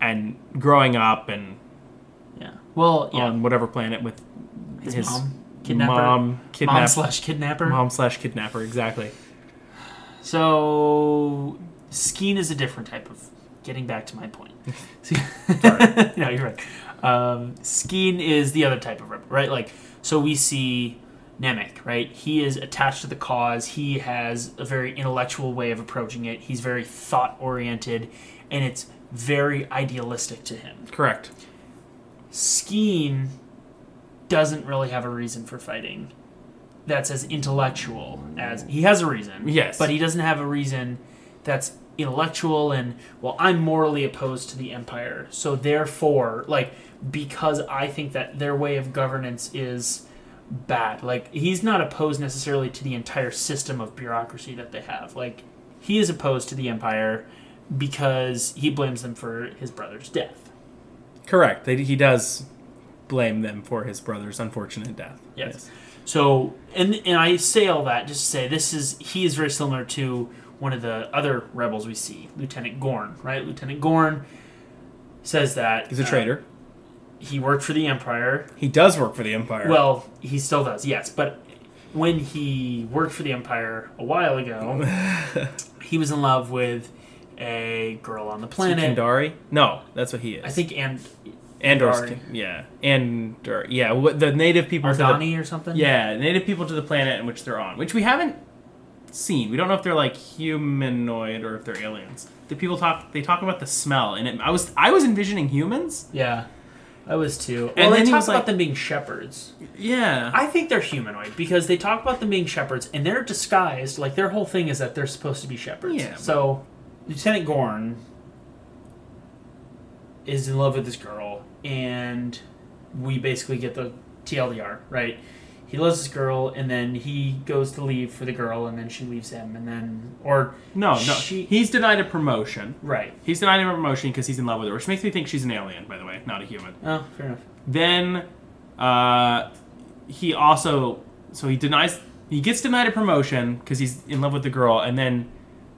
Speaker 2: and growing up and
Speaker 1: Yeah. Well, yeah.
Speaker 2: on whatever planet with
Speaker 1: his,
Speaker 2: his,
Speaker 1: mom, kidnapper,
Speaker 2: mom,
Speaker 1: mom
Speaker 2: kidnap-
Speaker 1: slash kidnapper.
Speaker 2: mom slash kidnapper, exactly.
Speaker 1: So, skeen is a different type of. Getting back to my point. See, no, you're right. Um, skeen is the other type of rebel, right? Like, so we see Nemec, right? He is attached to the cause. He has a very intellectual way of approaching it. He's very thought oriented, and it's very idealistic to him.
Speaker 2: Correct.
Speaker 1: Skeen doesn't really have a reason for fighting that's as intellectual as he has a reason.
Speaker 2: Yes.
Speaker 1: But he doesn't have a reason that's intellectual and well, I'm morally opposed to the Empire. So therefore, like, because I think that their way of governance is bad. Like he's not opposed necessarily to the entire system of bureaucracy that they have. Like he is opposed to the Empire because he blames them for his brother's death.
Speaker 2: Correct. They, he does blame them for his brother's unfortunate death.
Speaker 1: Yes. So, and and I say all that just to say this is he is very similar to one of the other rebels we see, Lieutenant Gorn, right? Lieutenant Gorn says that
Speaker 2: He's a
Speaker 1: uh,
Speaker 2: traitor.
Speaker 1: he worked for the Empire.
Speaker 2: He does work for the Empire.
Speaker 1: Well, he still does, yes, but when he worked for the Empire a while ago, he was in love with a girl on the planet.
Speaker 2: Kandari? No, that's what he is.
Speaker 1: I think and
Speaker 2: Andor's
Speaker 1: Andari.
Speaker 2: kin- yeah. Andor yeah, what the native people to the-
Speaker 1: Ardani or something.
Speaker 2: Yeah, native people to the planet in which they're on, which we haven't seen. We don't know if they're like humanoid or if they're aliens. The people talk they talk about the smell and it, I was I was envisioning humans.
Speaker 1: Yeah. I was too. Well,
Speaker 2: And
Speaker 1: and
Speaker 2: then
Speaker 1: they
Speaker 2: he
Speaker 1: talk
Speaker 2: was
Speaker 1: about
Speaker 2: like-
Speaker 1: them being shepherds.
Speaker 2: Yeah.
Speaker 1: I think they're humanoid because they talk about them being shepherds and they're disguised. Like their whole thing is that they're supposed to be shepherds.
Speaker 2: Yeah.
Speaker 1: So Lieutenant Gorn is in love with this girl, and we basically get the TLDR right. He loves this girl, and then he goes to leave for the girl, and then she leaves him, and then or
Speaker 2: no, no.
Speaker 1: she-
Speaker 2: He's denied a promotion.
Speaker 1: right.
Speaker 2: He's denied a promotion because he's in love with her, which makes me think she's an alien, by the way, not a human.
Speaker 1: Oh, fair enough.
Speaker 2: Then uh, he also so he denies he gets denied a promotion because he's in love with the girl, and then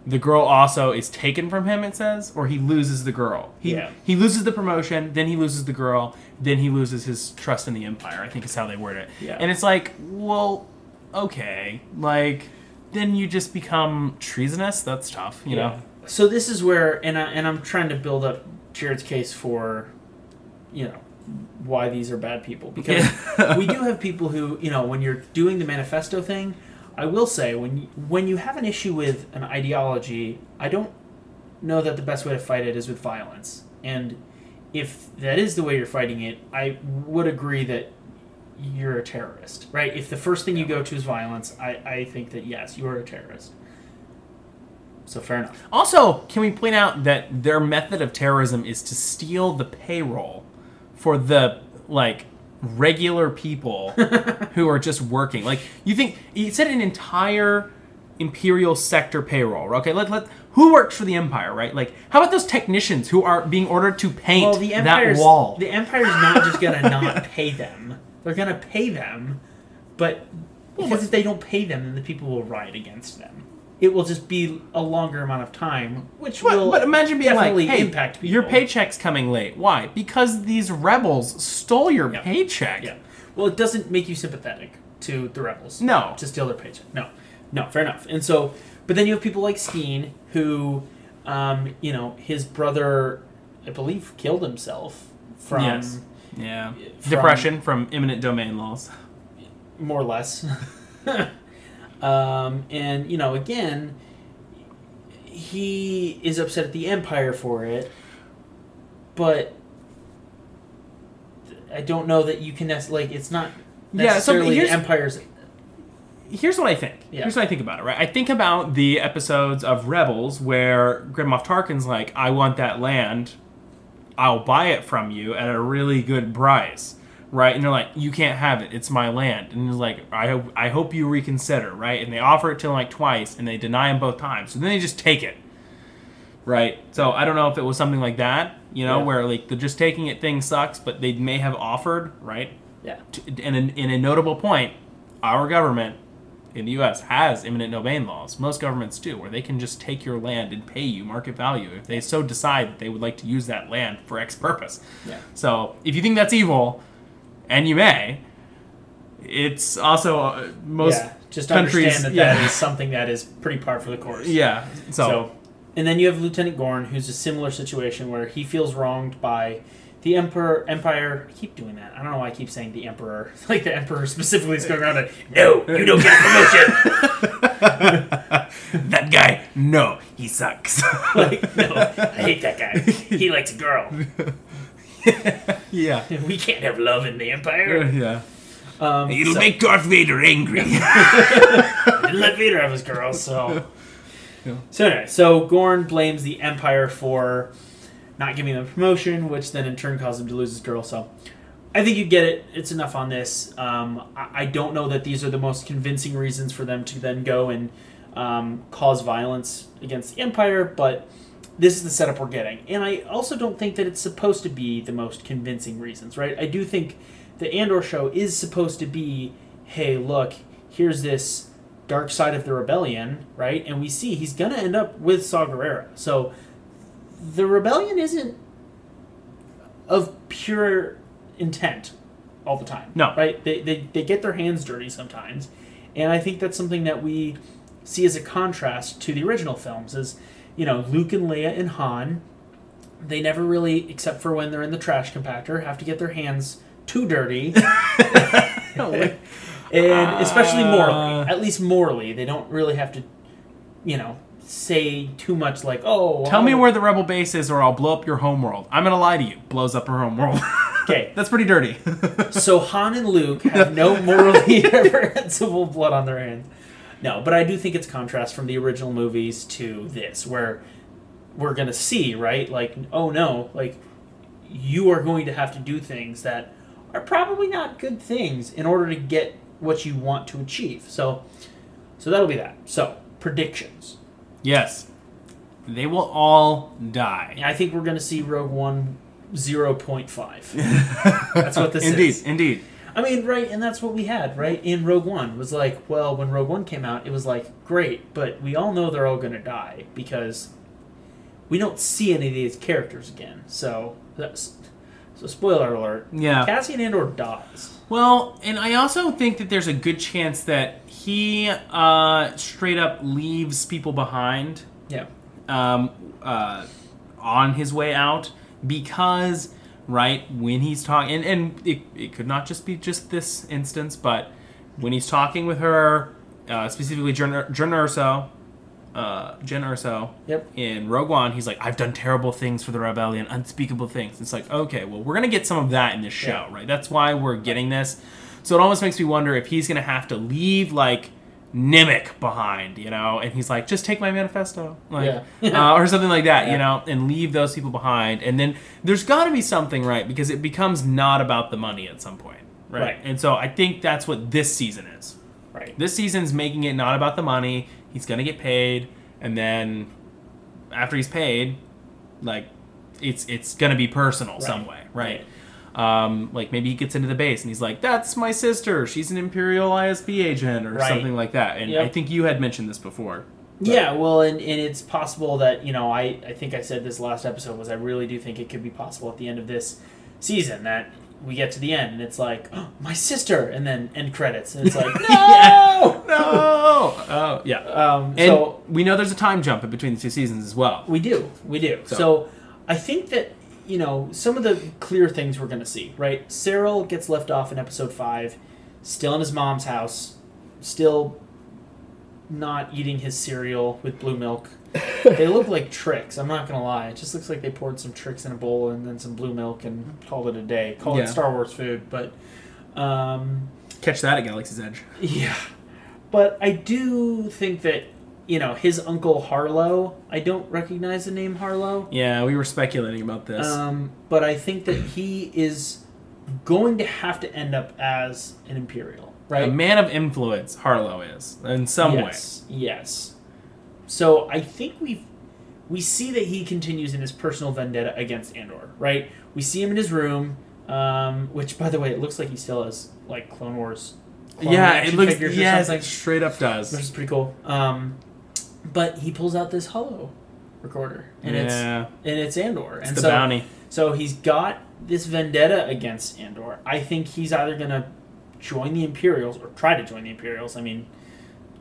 Speaker 2: the girl also is taken from him. It says, or he loses the girl. He
Speaker 1: Yeah.
Speaker 2: he loses the promotion, then he loses the girl, then he loses his trust in the empire. I think is how they word it.
Speaker 1: Yeah.
Speaker 2: And it's like, well, okay, like then you just become treasonous. That's tough, you know.
Speaker 1: So this is where, and I, and I'm trying to build up Jared's case for, you know, why these are bad people because
Speaker 2: Yeah.
Speaker 1: we do have people who, you know, when you're doing the manifesto thing, I will say when you, when you have an issue with an ideology, I don't know that the best way to fight it is with violence. And if that is the way you're fighting it, I would agree that you're a terrorist, right? If the first thing you go to is violence, I, I think that yes, you are a terrorist. So fair enough.
Speaker 2: Also, can we point out that their method of terrorism is to steal the payroll for the like regular people who are just working? Like you think you said an entire imperial sector payroll. Okay, let let who works for the empire, right? Like how about those technicians who are being ordered to paint
Speaker 1: Well, the
Speaker 2: that
Speaker 1: empire's
Speaker 2: wall?
Speaker 1: the empire's not just gonna not pay them. They're gonna pay them, but Because if they don't pay them, then the people will riot against them. It will just be a longer amount of time, which
Speaker 2: But,
Speaker 1: will
Speaker 2: but imagine being like,
Speaker 1: definitely
Speaker 2: hey,
Speaker 1: impact people.
Speaker 2: your paycheck's coming late. Why? Because these rebels stole your
Speaker 1: Yeah.
Speaker 2: paycheck.
Speaker 1: Yeah. Well, it doesn't make you sympathetic to the rebels.
Speaker 2: No.
Speaker 1: To steal their paycheck. No. No, fair enough. And so, but then you have people like Steen, who, um, you know, his brother, I believe, killed himself from
Speaker 2: yes. Yeah.
Speaker 1: From-
Speaker 2: Depression from imminent domain laws.
Speaker 1: more or less. um, and, you know, again, he is upset at the Empire for it, but. I don't know that you can nec- like it's not
Speaker 2: Yeah, so
Speaker 1: necessarily the
Speaker 2: here's-
Speaker 1: empire's
Speaker 2: Here's what I think.
Speaker 1: Yeah.
Speaker 2: Here's what I think about it, right? I think about the episodes of Rebels where Grim Moff Tarkin's like, I want that land. I'll buy it from you at a really good price, right? And they're like, you can't have it. It's my land. And they're like, I hope, I hope you reconsider, right? And they offer it to him like twice and they deny him both times. So then they just take it, right? So I don't know if it was something like that, you know,
Speaker 1: Yeah.
Speaker 2: where like the just taking it thing sucks, but they may have offered, right?
Speaker 1: yeah
Speaker 2: t- and a, and a notable point, our government in the U.S. has eminent domain laws. Most governments do, where they can just take your land and pay you market value if they so decide that they would like to use that land for X purpose.
Speaker 1: yeah
Speaker 2: So if you think that's evil, and you may, it's also uh, most
Speaker 1: yeah, just
Speaker 2: countries.
Speaker 1: understand that
Speaker 2: yeah,
Speaker 1: that is something that is pretty par for the course.
Speaker 2: yeah. So,
Speaker 1: So. and then you have Lieutenant Gorn, who's a similar situation where he feels wronged by the Emperor. Empire. I keep doing that. I don't know why I keep saying the Emperor. Like the Emperor specifically is going around and no, you don't get a promotion.
Speaker 2: that guy, no, he sucks.
Speaker 1: like no, I hate that guy. He likes a girl.
Speaker 2: yeah,
Speaker 1: We can't have love in the Empire.
Speaker 2: yeah.
Speaker 1: Um, so-
Speaker 2: Darth Vader angry.
Speaker 1: didn't let Vader have his girl, so.
Speaker 2: Yeah.
Speaker 1: So anyway, so Gorn blames the Empire for not giving him a promotion, which then in turn caused him to lose his girl. So I think you get it. It's enough on this. Um, I, I don't know that these are the most convincing reasons for them to then go and um, cause violence against the Empire, but this is the setup we're getting. And I also don't think that it's supposed to be the most convincing reasons, right? I do think the Andor show is supposed to be hey, look, here's this dark side of the rebellion, right? And we see he's going to end up with Saw Gerrera. So the rebellion isn't of pure intent all the time.
Speaker 2: No.
Speaker 1: Right? They, they, they get their hands dirty sometimes. And I think that's something that we see as a contrast to the original films is, you know, Luke and Leia and Han, they never really, except for when they're in the trash compactor, have to get their hands too dirty. and especially morally,
Speaker 2: Uh.
Speaker 1: at least morally, they don't really have to, you know, say too much like, oh. well,
Speaker 2: Tell me where the rebel base is, or I'll blow up your homeworld. I'm gonna lie to you. Blows up her homeworld.
Speaker 1: Okay,
Speaker 2: That's pretty dirty.
Speaker 1: so Han and Luke have no morally reprehensible blood on their hands. No, but I do think it's contrast from the original movies to this, where we're gonna see right, like, oh no, like you are going to have to do things that are probably not good things in order to get what you want to achieve. So, so that'll be that. So predictions.
Speaker 2: yes, they will all die.
Speaker 1: I think we're going to see Rogue One 0.5. That's what this
Speaker 2: indeed,
Speaker 1: is.
Speaker 2: indeed.
Speaker 1: I mean, right, and that's what we had, right? In Rogue One was like, well, when Rogue One came out, it was like, great, but we all know they're all going to die because we don't see any of these characters again. So, that's, so spoiler alert.
Speaker 2: Yeah.
Speaker 1: Cassian Andor dies.
Speaker 2: Well, and I also think that there's a good chance that he uh, straight up leaves people behind
Speaker 1: Yeah.
Speaker 2: um, uh, on his way out because right when he's talking and, and it, it could not just be just this instance but when he's talking with her uh, specifically Jen, Jen Urso uh, Jen Urso
Speaker 1: Yep.
Speaker 2: in Rogue One he's like I've done terrible things for the rebellion unspeakable things it's like okay well we're gonna get some of that in this show right that's why we're getting this so it almost makes me wonder if he's gonna have to leave like Nimic behind you know and he's like just take my manifesto like
Speaker 1: Yeah.
Speaker 2: uh, or something like that
Speaker 1: Yeah.
Speaker 2: you know and leave those people behind and then there's got to be something right because it becomes not about the money at some point right?
Speaker 1: Right.
Speaker 2: and so i think that's what this season is
Speaker 1: Right.
Speaker 2: this season's making it not about the money he's gonna get paid and then after he's paid like it's it's gonna be personal some way right, Um, like maybe he gets into the base and he's like, "That's my sister. She's an Imperial ISB agent or
Speaker 1: Right.
Speaker 2: something like that." And I
Speaker 1: Yep.
Speaker 2: think you had mentioned this before.
Speaker 1: Yeah, well, and, and it's possible that, you know, I, I think I said this last episode was I really do think it could be possible at the end of this season that we get to the end and it's like, oh, my sister, and then end credits. And it's like, no!
Speaker 2: Yeah. No. Oh yeah.
Speaker 1: Um,
Speaker 2: And
Speaker 1: so
Speaker 2: we know there's a time jump in between the two seasons as well.
Speaker 1: we do. We do.
Speaker 2: So-
Speaker 1: So, I think that, you know, some of the clear things we're going to see, right? Cyril gets left off in episode five, still in his mom's house, still not eating his cereal with blue milk. they look like tricks. I'm not gonna lie. It just looks like they poured some tricks in a bowl and then some blue milk and called it a day. Called
Speaker 2: Yeah.
Speaker 1: it Star Wars food, but um,
Speaker 2: Catch that at Galaxy's Edge.
Speaker 1: yeah. But I do think that you know his uncle Harlow. I don't recognize the name Harlow,
Speaker 2: Yeah, we were speculating about this.
Speaker 1: um, but I think that he is going to have to end up as an imperial, right?
Speaker 2: A man of influence, Harlow is in some way.
Speaker 1: yes, Yes. So I think we we see that he continues in his personal vendetta against Andor, right? We see him in his room, um, which by the way, it looks like he still has like Clone Wars. Clone
Speaker 2: yeah, it
Speaker 1: action
Speaker 2: looks.
Speaker 1: figures or
Speaker 2: Yes,
Speaker 1: something,
Speaker 2: it straight up does.
Speaker 1: which is pretty cool. Um, but he pulls out this hollow recorder, and it's
Speaker 2: yeah,
Speaker 1: and it's Andor,
Speaker 2: it's
Speaker 1: and
Speaker 2: the
Speaker 1: so
Speaker 2: bounty.
Speaker 1: so he's got this vendetta against Andor. I think he's either going to join the Imperials or try to join the Imperials. I mean,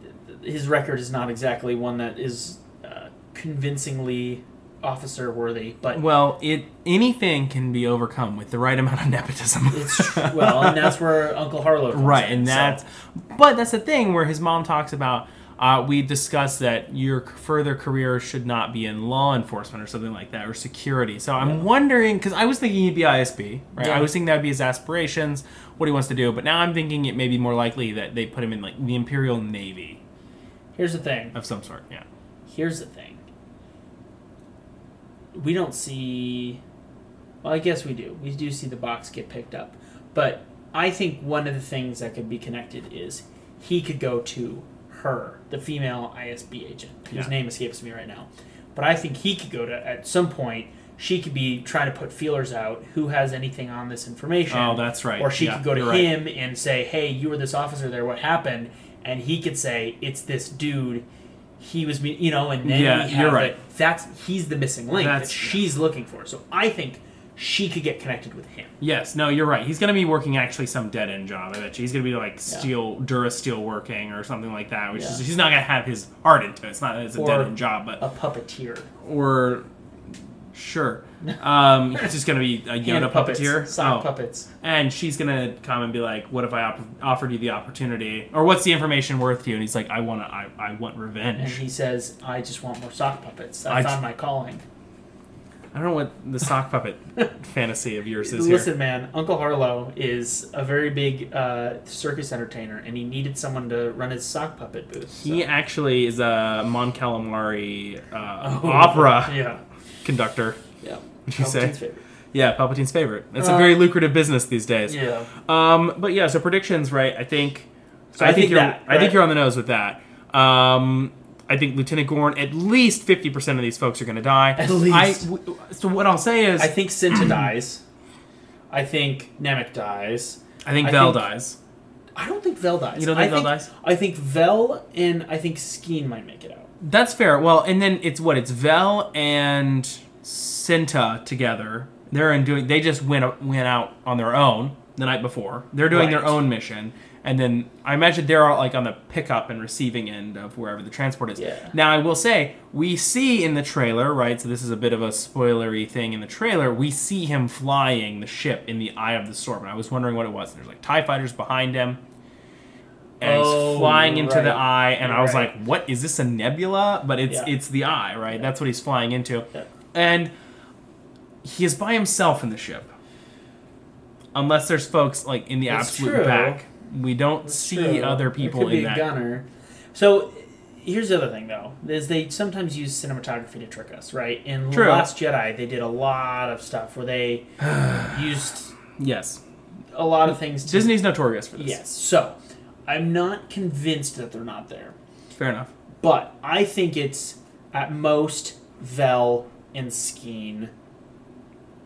Speaker 1: th- th- his record is not exactly one that is uh, convincingly officer worthy, but
Speaker 2: Well, it anything can be overcome with the right amount of nepotism.
Speaker 1: it's tr- well, and that's where Uncle Harlow comes
Speaker 2: right,
Speaker 1: in,
Speaker 2: and
Speaker 1: so-
Speaker 2: that's. But that's the thing where his mom talks about. Uh, we discussed that your c- further career should not be in law enforcement or something like that or security. So I'm wondering because I was thinking he'd be ISB, right?
Speaker 1: Yeah.
Speaker 2: I was thinking that would be his aspirations, what he wants to do. But now I'm thinking it may be more likely that they put him in like the Imperial Navy
Speaker 1: here's the thing.
Speaker 2: of some sort. Yeah.
Speaker 1: Here's the thing. We don't see. Well, I guess we do. We do see the box get picked up. But I think one of the things that could be connected is he could go to her, the female ISB agent, whose
Speaker 2: Yeah.
Speaker 1: name escapes me right now. But I think he could go to, at some point, she could be trying to put feelers out who has anything on this information.
Speaker 2: Oh, that's right.
Speaker 1: Or she
Speaker 2: Yeah,
Speaker 1: could go to
Speaker 2: you're right.
Speaker 1: him and say, "Hey, you were this officer there. What happened?" And he could say, "It's this dude. He was, me-" you know." And then
Speaker 2: Yeah,
Speaker 1: we
Speaker 2: you're
Speaker 1: have the-
Speaker 2: right.
Speaker 1: that's he's the missing link
Speaker 2: That's-
Speaker 1: that she's looking for. So I think she could get connected with him.
Speaker 2: Yes, no, you're right. He's gonna be working actually some dead end job. I bet you he's gonna be like steel Dura steel working or something like that. Which is
Speaker 1: Yeah.
Speaker 2: he's not gonna have his heart into it. It's not it's a
Speaker 1: Or-
Speaker 2: dead end job, but
Speaker 1: A puppeteer,
Speaker 2: or sure, um, he's just gonna be a Yoda
Speaker 1: Hand puppets,
Speaker 2: puppeteer.
Speaker 1: sock
Speaker 2: Oh.
Speaker 1: puppets.
Speaker 2: And she's gonna come and be like, "What if I op- offered you the opportunity, or what's the information worth to you?" And he's like, "I want to, I, I want
Speaker 1: And
Speaker 2: revenge."
Speaker 1: he says, "I just want more sock puppets. I,
Speaker 2: I
Speaker 1: found
Speaker 2: ju-
Speaker 1: my calling."
Speaker 2: I don't know what the sock puppet fantasy of yours is here.
Speaker 1: Listen, man, Uncle Harlow is a very big uh, circus entertainer, and he needed someone to run his sock puppet booth. so-
Speaker 2: He actually is a Mon Calamari uh,
Speaker 1: Oh,
Speaker 2: opera
Speaker 1: Yeah,
Speaker 2: conductor.
Speaker 1: yeah.
Speaker 2: you say?
Speaker 1: Palpatine's favorite.
Speaker 2: Yeah, Palpatine's favorite. It's a
Speaker 1: Uh,
Speaker 2: very lucrative business these days.
Speaker 1: Yeah.
Speaker 2: Um, but yeah, so predictions, right? I think.
Speaker 1: So I think
Speaker 2: you're.
Speaker 1: that,
Speaker 2: I think
Speaker 1: right?
Speaker 2: you're on the nose with that. Um, I think Lieutenant Gorn. At least fifty percent of these folks are going to die.
Speaker 1: At least.
Speaker 2: I, w- so what I'll say is, I,
Speaker 1: I think Cinta dies. I think Namek dies.
Speaker 2: think
Speaker 1: I
Speaker 2: Vel
Speaker 1: think-
Speaker 2: dies.
Speaker 1: I don't think Vel dies.
Speaker 2: You don't
Speaker 1: I
Speaker 2: think Vel dies?
Speaker 1: I think Vel and I think Skeen might make it out.
Speaker 2: That's fair. Well, and then it's what it's Vel and Cinta together. They're in doing. They just went went out on their own the night before. They're doing their
Speaker 1: Right.
Speaker 2: own mission, and then I imagine they're all like on the pickup and receiving end of wherever the transport is.
Speaker 1: Yeah.
Speaker 2: Now I will say we see in the trailer, right? So this is a bit of a spoilery thing in the trailer. We see him flying the ship in the eye of the storm, and I was wondering what it was. There's like Tie fighters behind him. And
Speaker 1: Oh,
Speaker 2: he's flying into the
Speaker 1: right.
Speaker 2: eye, and I was
Speaker 1: Right.
Speaker 2: like, "What is this? A nebula?" But it's
Speaker 1: Yeah.
Speaker 2: it's the eye, right? That's what he's flying into,
Speaker 1: Yeah.
Speaker 2: and he is by himself in the ship. Unless there's folks like in the
Speaker 1: That's
Speaker 2: absolute
Speaker 1: true.
Speaker 2: back, we don't see
Speaker 1: True.
Speaker 2: other
Speaker 1: there
Speaker 2: people
Speaker 1: could
Speaker 2: in
Speaker 1: be
Speaker 2: that.
Speaker 1: a gunner. So here's the other thing though is they sometimes use cinematography to trick us right in
Speaker 2: True.
Speaker 1: last jedi they did a lot of stuff where they used
Speaker 2: Yes,
Speaker 1: a lot of things to
Speaker 2: Disney's notorious for this.
Speaker 1: yes so i'm not convinced that they're not there
Speaker 2: fair enough.
Speaker 1: But I think it's at most Vel and Skeen,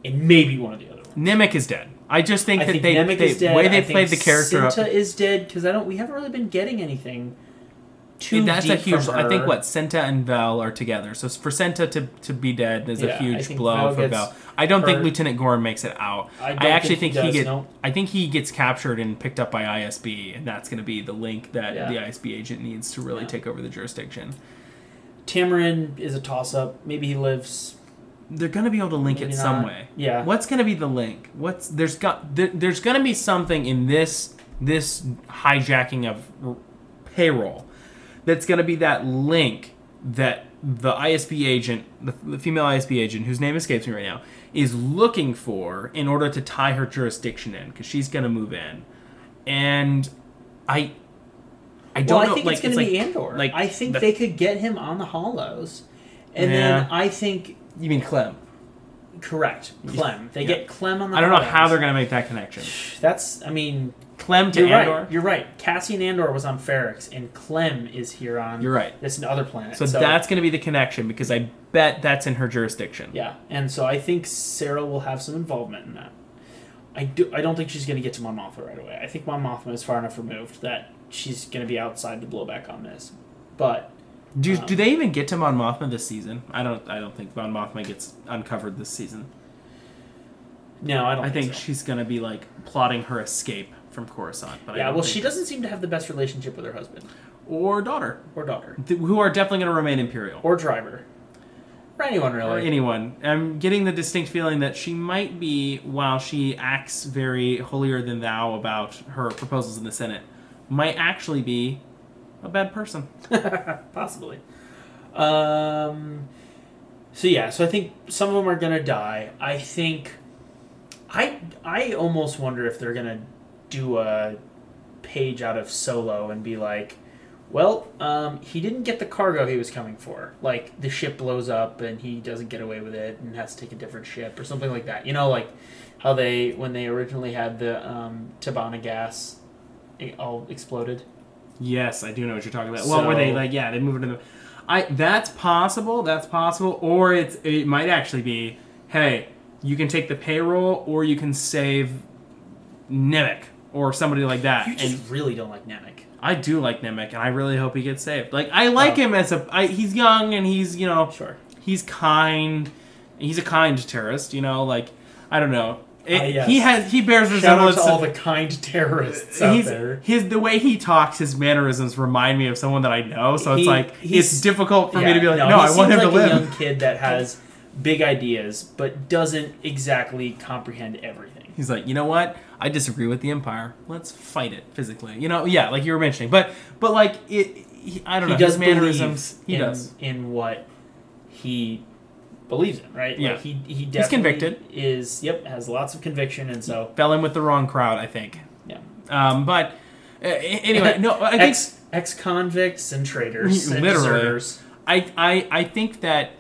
Speaker 1: and maybe one of the other ones.
Speaker 2: Nimic is dead. I just think
Speaker 1: I
Speaker 2: that
Speaker 1: think
Speaker 2: they,
Speaker 1: Nemec
Speaker 2: they
Speaker 1: is dead.
Speaker 2: way they
Speaker 1: I think
Speaker 2: played the character
Speaker 1: Cinta
Speaker 2: up.
Speaker 1: is dead because I don't. We haven't really been getting anything. Too
Speaker 2: That's a
Speaker 1: deep
Speaker 2: huge.
Speaker 1: From
Speaker 2: I think
Speaker 1: her.
Speaker 2: what Senta and Val are together. So for Senta to, to be dead is
Speaker 1: Yeah,
Speaker 2: a
Speaker 1: I
Speaker 2: huge
Speaker 1: think
Speaker 2: blow
Speaker 1: Val
Speaker 2: for
Speaker 1: gets
Speaker 2: Val. I don't think
Speaker 1: hurt.
Speaker 2: Lieutenant Gorn makes it out.
Speaker 1: I
Speaker 2: I,
Speaker 1: don't
Speaker 2: actually
Speaker 1: think
Speaker 2: think
Speaker 1: he does,
Speaker 2: he, get-
Speaker 1: no.
Speaker 2: I think he gets captured and picked up by ISB, and that's going to be the link that
Speaker 1: Yeah.
Speaker 2: the ISB agent needs to really
Speaker 1: Yeah.
Speaker 2: take over the jurisdiction.
Speaker 1: Tamarin is a toss up. Maybe he lives.
Speaker 2: They're going to be able to link
Speaker 1: Maybe
Speaker 2: it some
Speaker 1: not.
Speaker 2: way.
Speaker 1: Yeah.
Speaker 2: What's going to be the link? What's there's got there, there's going to be something in this this hijacking of r- payroll that's going to be that link that the ISB agent, the, the female ISB agent whose name escapes me right now, is looking for in order to tie her jurisdiction in because she's going to move in, and I. I don't
Speaker 1: Well,
Speaker 2: know.
Speaker 1: I think
Speaker 2: like,
Speaker 1: it's going to be
Speaker 2: like-
Speaker 1: Andor.
Speaker 2: Like
Speaker 1: I think
Speaker 2: the-
Speaker 1: they could get him on the Hollows, and
Speaker 2: Yeah.
Speaker 1: then I think
Speaker 2: You mean Clem?
Speaker 1: correct Clem. They
Speaker 2: Yeah.
Speaker 1: get Clem on the.
Speaker 2: I don't know how
Speaker 1: Hollows.
Speaker 2: they're going to make that connection.
Speaker 1: That's. I mean,
Speaker 2: Clem to
Speaker 1: you're
Speaker 2: Andor.
Speaker 1: right. You're right. Cassian Andor was on Ferrix, and Clem is here on.
Speaker 2: You're right.
Speaker 1: This other planet.
Speaker 2: So, that's going to be the connection because I bet that's in her jurisdiction.
Speaker 1: Yeah, and so I think Sarah will have some involvement in that. I do. I don't think she's going to get to Mon Mothma right away. I think Mon Mothma is far enough removed that she's going to be outside the blowback on this. But
Speaker 2: Do,
Speaker 1: Um,
Speaker 2: do they even get to Mon Mothma this season? I don't I don't think Mon Mothma gets uncovered this season.
Speaker 1: no, I don't.
Speaker 2: I think
Speaker 1: so.
Speaker 2: she's going to be like plotting her escape from Coruscant. But I
Speaker 1: yeah.
Speaker 2: don't
Speaker 1: Well,
Speaker 2: think-
Speaker 1: she doesn't seem to have the best relationship with her husband
Speaker 2: or daughter
Speaker 1: or daughter
Speaker 2: th- who are definitely going to remain imperial
Speaker 1: or driver or anyone
Speaker 2: or
Speaker 1: really.
Speaker 2: anyone. I'm getting the distinct feeling that she might be while she acts very holier than thou about her proposals in the Senate, might actually be a bad person.
Speaker 1: Possibly. Um, so yeah, so I think some of them are gonna die. I think I I almost wonder if they're gonna do a page out of Solo and be like, well, um, he didn't get the cargo he was coming for. Like the ship blows up and he doesn't get away with it and has to take a different ship or something like that. You know, like how they when they originally had the um, Tabana gas, it all exploded.
Speaker 2: Yes, I do know what you're talking about. Well, were they
Speaker 1: So-
Speaker 2: like, yeah, they moved into the. I that's possible. That's possible. Or it's it might actually be, hey, you can take the payroll, or you can save Nemec or somebody like that.
Speaker 1: You
Speaker 2: and
Speaker 1: just really don't like Namek.
Speaker 2: I do like Nemec, and I really hope he gets saved. Like I like
Speaker 1: Oh.
Speaker 2: him as a. I, he's young and he's you know
Speaker 1: Sure.
Speaker 2: he's kind. He's a kind terrorist. You know, like I don't know. It-
Speaker 1: Ah, yes.
Speaker 2: He has he bears
Speaker 1: Shout out
Speaker 2: resemblance
Speaker 1: to all the kind terrorists out
Speaker 2: he's,
Speaker 1: there.
Speaker 2: His the way he talks, his mannerisms remind me of someone that I know. So
Speaker 1: He-
Speaker 2: it's like
Speaker 1: he's-
Speaker 2: it's difficult for me
Speaker 1: Yeah,
Speaker 2: to be like, no,
Speaker 1: he
Speaker 2: I want
Speaker 1: seems
Speaker 2: him to
Speaker 1: like
Speaker 2: live.
Speaker 1: A young kid that has big ideas but doesn't exactly comprehend everything.
Speaker 2: He's like, you know what? I disagree with the empire. Let's fight it physically. You know, yeah, like you were mentioning, but but like it. He, I don't
Speaker 1: He
Speaker 2: know.
Speaker 1: does
Speaker 2: his mannerisms.
Speaker 1: believe
Speaker 2: He
Speaker 1: in,
Speaker 2: does.
Speaker 1: in what he believes in, right?
Speaker 2: Yeah.
Speaker 1: Like he he definitely
Speaker 2: convicted.
Speaker 1: Is yep has lots of conviction, and so
Speaker 2: Fell in with the wrong crowd, I think.
Speaker 1: yeah.
Speaker 2: Um, but uh, anyway, no, I think
Speaker 1: ex ex convicts and traitors, and
Speaker 2: Literally.
Speaker 1: deserters.
Speaker 2: I, I I think that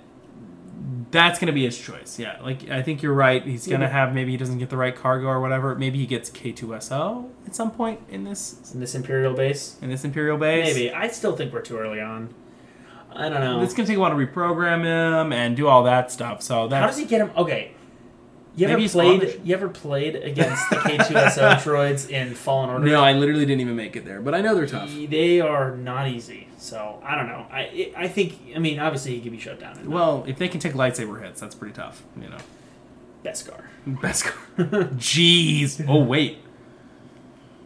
Speaker 2: that's gonna be his choice. Yeah, like I think you're right. He's gonna
Speaker 1: Yeah.
Speaker 2: have maybe he doesn't get the right cargo or whatever. Maybe he gets K2SO at some point in this
Speaker 1: in this imperial base.
Speaker 2: in this Imperial base.
Speaker 1: Maybe I still think we're too early on. I don't know.
Speaker 2: It's gonna take a while to reprogram him and do all that stuff. So
Speaker 1: How does
Speaker 2: that's
Speaker 1: he get him? Okay. You ever
Speaker 2: Maybe he's Amish.
Speaker 1: played? You ever played against the K2SO droids in Fallen Order?
Speaker 2: I literally didn't even make it there, but I know they're
Speaker 1: They are not easy. So I don't know. I I think. I mean, obviously he could be shut down. In uh,
Speaker 2: Well, if they can take lightsaber hits, that's pretty tough. You know,
Speaker 1: Beskar.
Speaker 2: best. Jeez. Oh wait.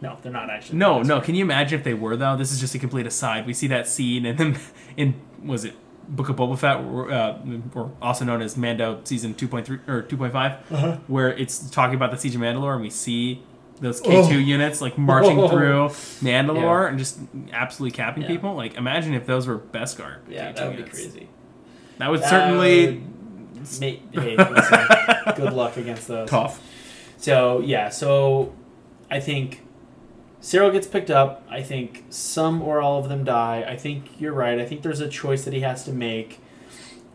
Speaker 1: No, they're not actually.
Speaker 2: No, no. Can you imagine if they were though? This is just a complete aside. We see that scene in them in was it Book of Boba Fett, or, uh, or also known as Mando season two point three or two point five,
Speaker 1: Uh-huh.
Speaker 2: where it's talking about the siege of Mandalore, and we see those K two units like marching
Speaker 1: Whoa.
Speaker 2: through Mandalore
Speaker 1: Oh. Yeah.
Speaker 2: and just absolutely capping
Speaker 1: Yeah.
Speaker 2: people. Like imagine if those were Beskar.
Speaker 1: Yeah,
Speaker 2: K2
Speaker 1: that would be
Speaker 2: units.
Speaker 1: crazy.
Speaker 2: That would
Speaker 1: That
Speaker 2: certainly
Speaker 1: would ma- hey, listen, good luck against those.
Speaker 2: tough.
Speaker 1: So yeah, so I think Cyril gets picked up. I think some or all of them die. I think you're right. I think there's a choice that he has to make.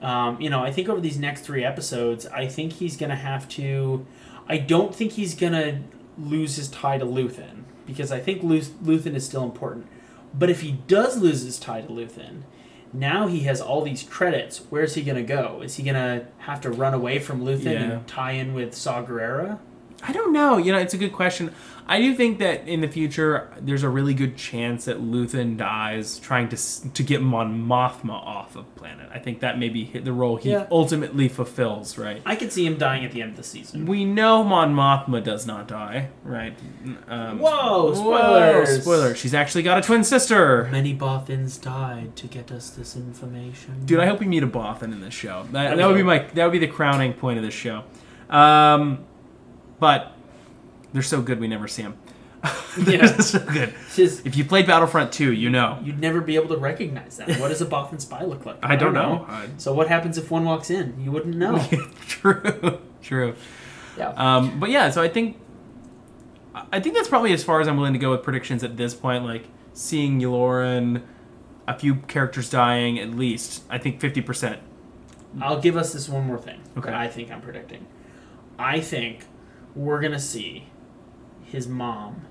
Speaker 1: Um, you know, I think over these next three episodes, I think he's gonna have to. I don't think he's gonna lose his tie to Luthen because I think Lu- Luthen is still important. But if he does lose his tie to Luthen, now he has all these credits. Where's he gonna go? Is he gonna have to run away from Luthen
Speaker 2: Yeah.
Speaker 1: and tie in with Saw Gerrera?
Speaker 2: I don't know. You know, it's a good question. I do think that in the future, there's a really good chance that Luthen dies trying to s- to get Mon Mothma off of planet. I think that maybe hit the role he
Speaker 1: Yeah.
Speaker 2: ultimately fulfills. Right.
Speaker 1: I could see him dying at the end of the season.
Speaker 2: We know Mon Mothma does not die. Right. Um,
Speaker 1: Whoa!
Speaker 2: whoa,
Speaker 1: Spoilers.
Speaker 2: Spoiler. She's actually got a twin sister.
Speaker 1: Many boffins died to get us this information.
Speaker 2: Dude, I hope we meet a Bothan in this show. That,
Speaker 1: That'd
Speaker 2: that
Speaker 1: be
Speaker 2: would be
Speaker 1: cool.
Speaker 2: my that would be the crowning point of this show. Um, but they're so good we never see them. they're
Speaker 1: Yeah.
Speaker 2: so good.
Speaker 1: It's just-
Speaker 2: If you played Battlefront 2, you know.
Speaker 1: you'd never be able to recognize that. What does a boffin spy look like?
Speaker 2: I don't know. I-
Speaker 1: So what happens if one walks in? You wouldn't know.
Speaker 2: true, true.
Speaker 1: yeah.
Speaker 2: Um, but yeah, so I think I I think that's probably as far as I'm willing to go with predictions at this point. Like seeing Yloran, a few characters dying at least. I think 50%.
Speaker 1: I'll give us this one more thing
Speaker 2: Okay.
Speaker 1: that I think I'm predicting. I think we're gonna see his mom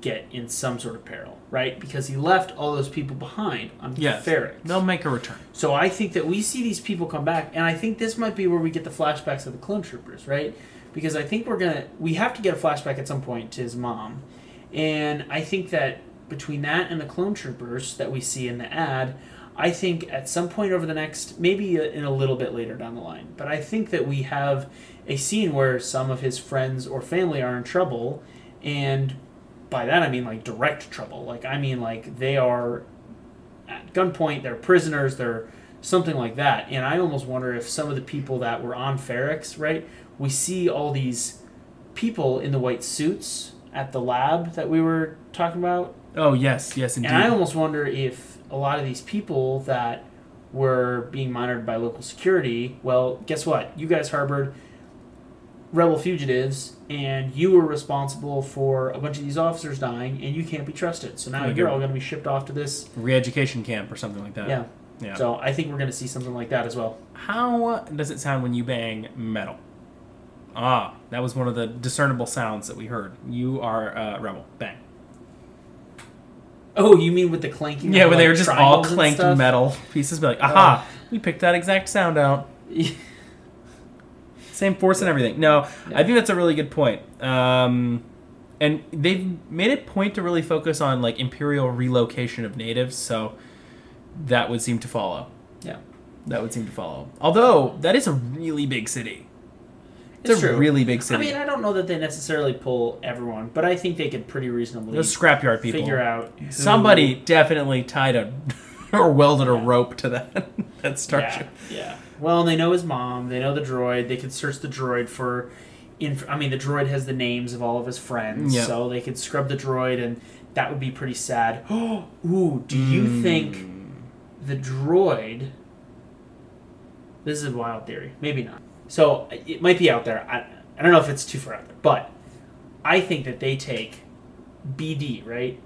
Speaker 1: get in some sort of peril, right? Because he left all those people behind on
Speaker 2: Yeah,
Speaker 1: Ferrex.
Speaker 2: they'll make a return.
Speaker 1: So I think that we see these people come back, and I think this might be where we get the flashbacks of the clone troopers, right? Because I think we're gonna we have to get a flashback at some point to his mom, and I think that between that and the clone troopers that we see in the ad, I think at some point over the next maybe in a little bit later down the line, but I think that we have a scene where some of his friends or family are in trouble, and by that I mean like direct trouble. Like I mean like they are at gunpoint, they're prisoners, they're something like that. And I almost wonder if some of the people that were on Ferrex, right? We see all these people in the white suits at the lab that we were talking about.
Speaker 2: Oh yes, yes indeed.
Speaker 1: And I almost wonder if a lot of these people that were being monitored by local security, well, guess what? You guys harbored rebel fugitives and you were responsible for a bunch of these officers dying and you can't be trusted. So now
Speaker 2: Okay.
Speaker 1: you're all going to be shipped off to this.
Speaker 2: re-education camp or something like that.
Speaker 1: Yeah.
Speaker 2: Yeah.
Speaker 1: So I think we're going to see something like that as well.
Speaker 2: How does it sound when you bang metal? Ah, that was one of the discernible sounds that we heard. You are a rebel. Bang.
Speaker 1: Oh, you mean with the clanking?
Speaker 2: Yeah,
Speaker 1: of,
Speaker 2: when they
Speaker 1: like,
Speaker 2: were just all
Speaker 1: triangles and
Speaker 2: clanked
Speaker 1: stuff?
Speaker 2: metal pieces, be like, aha, we picked that exact sound out. Same force and everything. No, I think that's a really good point. Um, and they've made it point to really focus on like imperial relocation of natives, so that would seem to follow.
Speaker 1: yeah,
Speaker 2: That would seem to follow. Although that is a really big city. It's,
Speaker 1: It's
Speaker 2: a
Speaker 1: true.
Speaker 2: really big
Speaker 1: I
Speaker 2: city.
Speaker 1: mean, I don't know that they necessarily pull everyone, but I think they could pretty reasonably
Speaker 2: Those scrapyard people.
Speaker 1: figure out who-
Speaker 2: Somebody definitely tied a or welded a rope to that that
Speaker 1: Yeah,
Speaker 2: starship.
Speaker 1: yeah. Well, they know his mom. They know the droid. They could search the droid for. Inf- I mean, the droid has the names of all of his friends,
Speaker 2: Yeah.
Speaker 1: so they could scrub the droid, and that would be pretty sad. Ooh, do you
Speaker 2: Hmm.
Speaker 1: think
Speaker 2: Mm.
Speaker 1: the droid? This is a wild theory. Maybe not. So it might be out there. I, I don't know if it's too far out there, but I think that they take BD, right?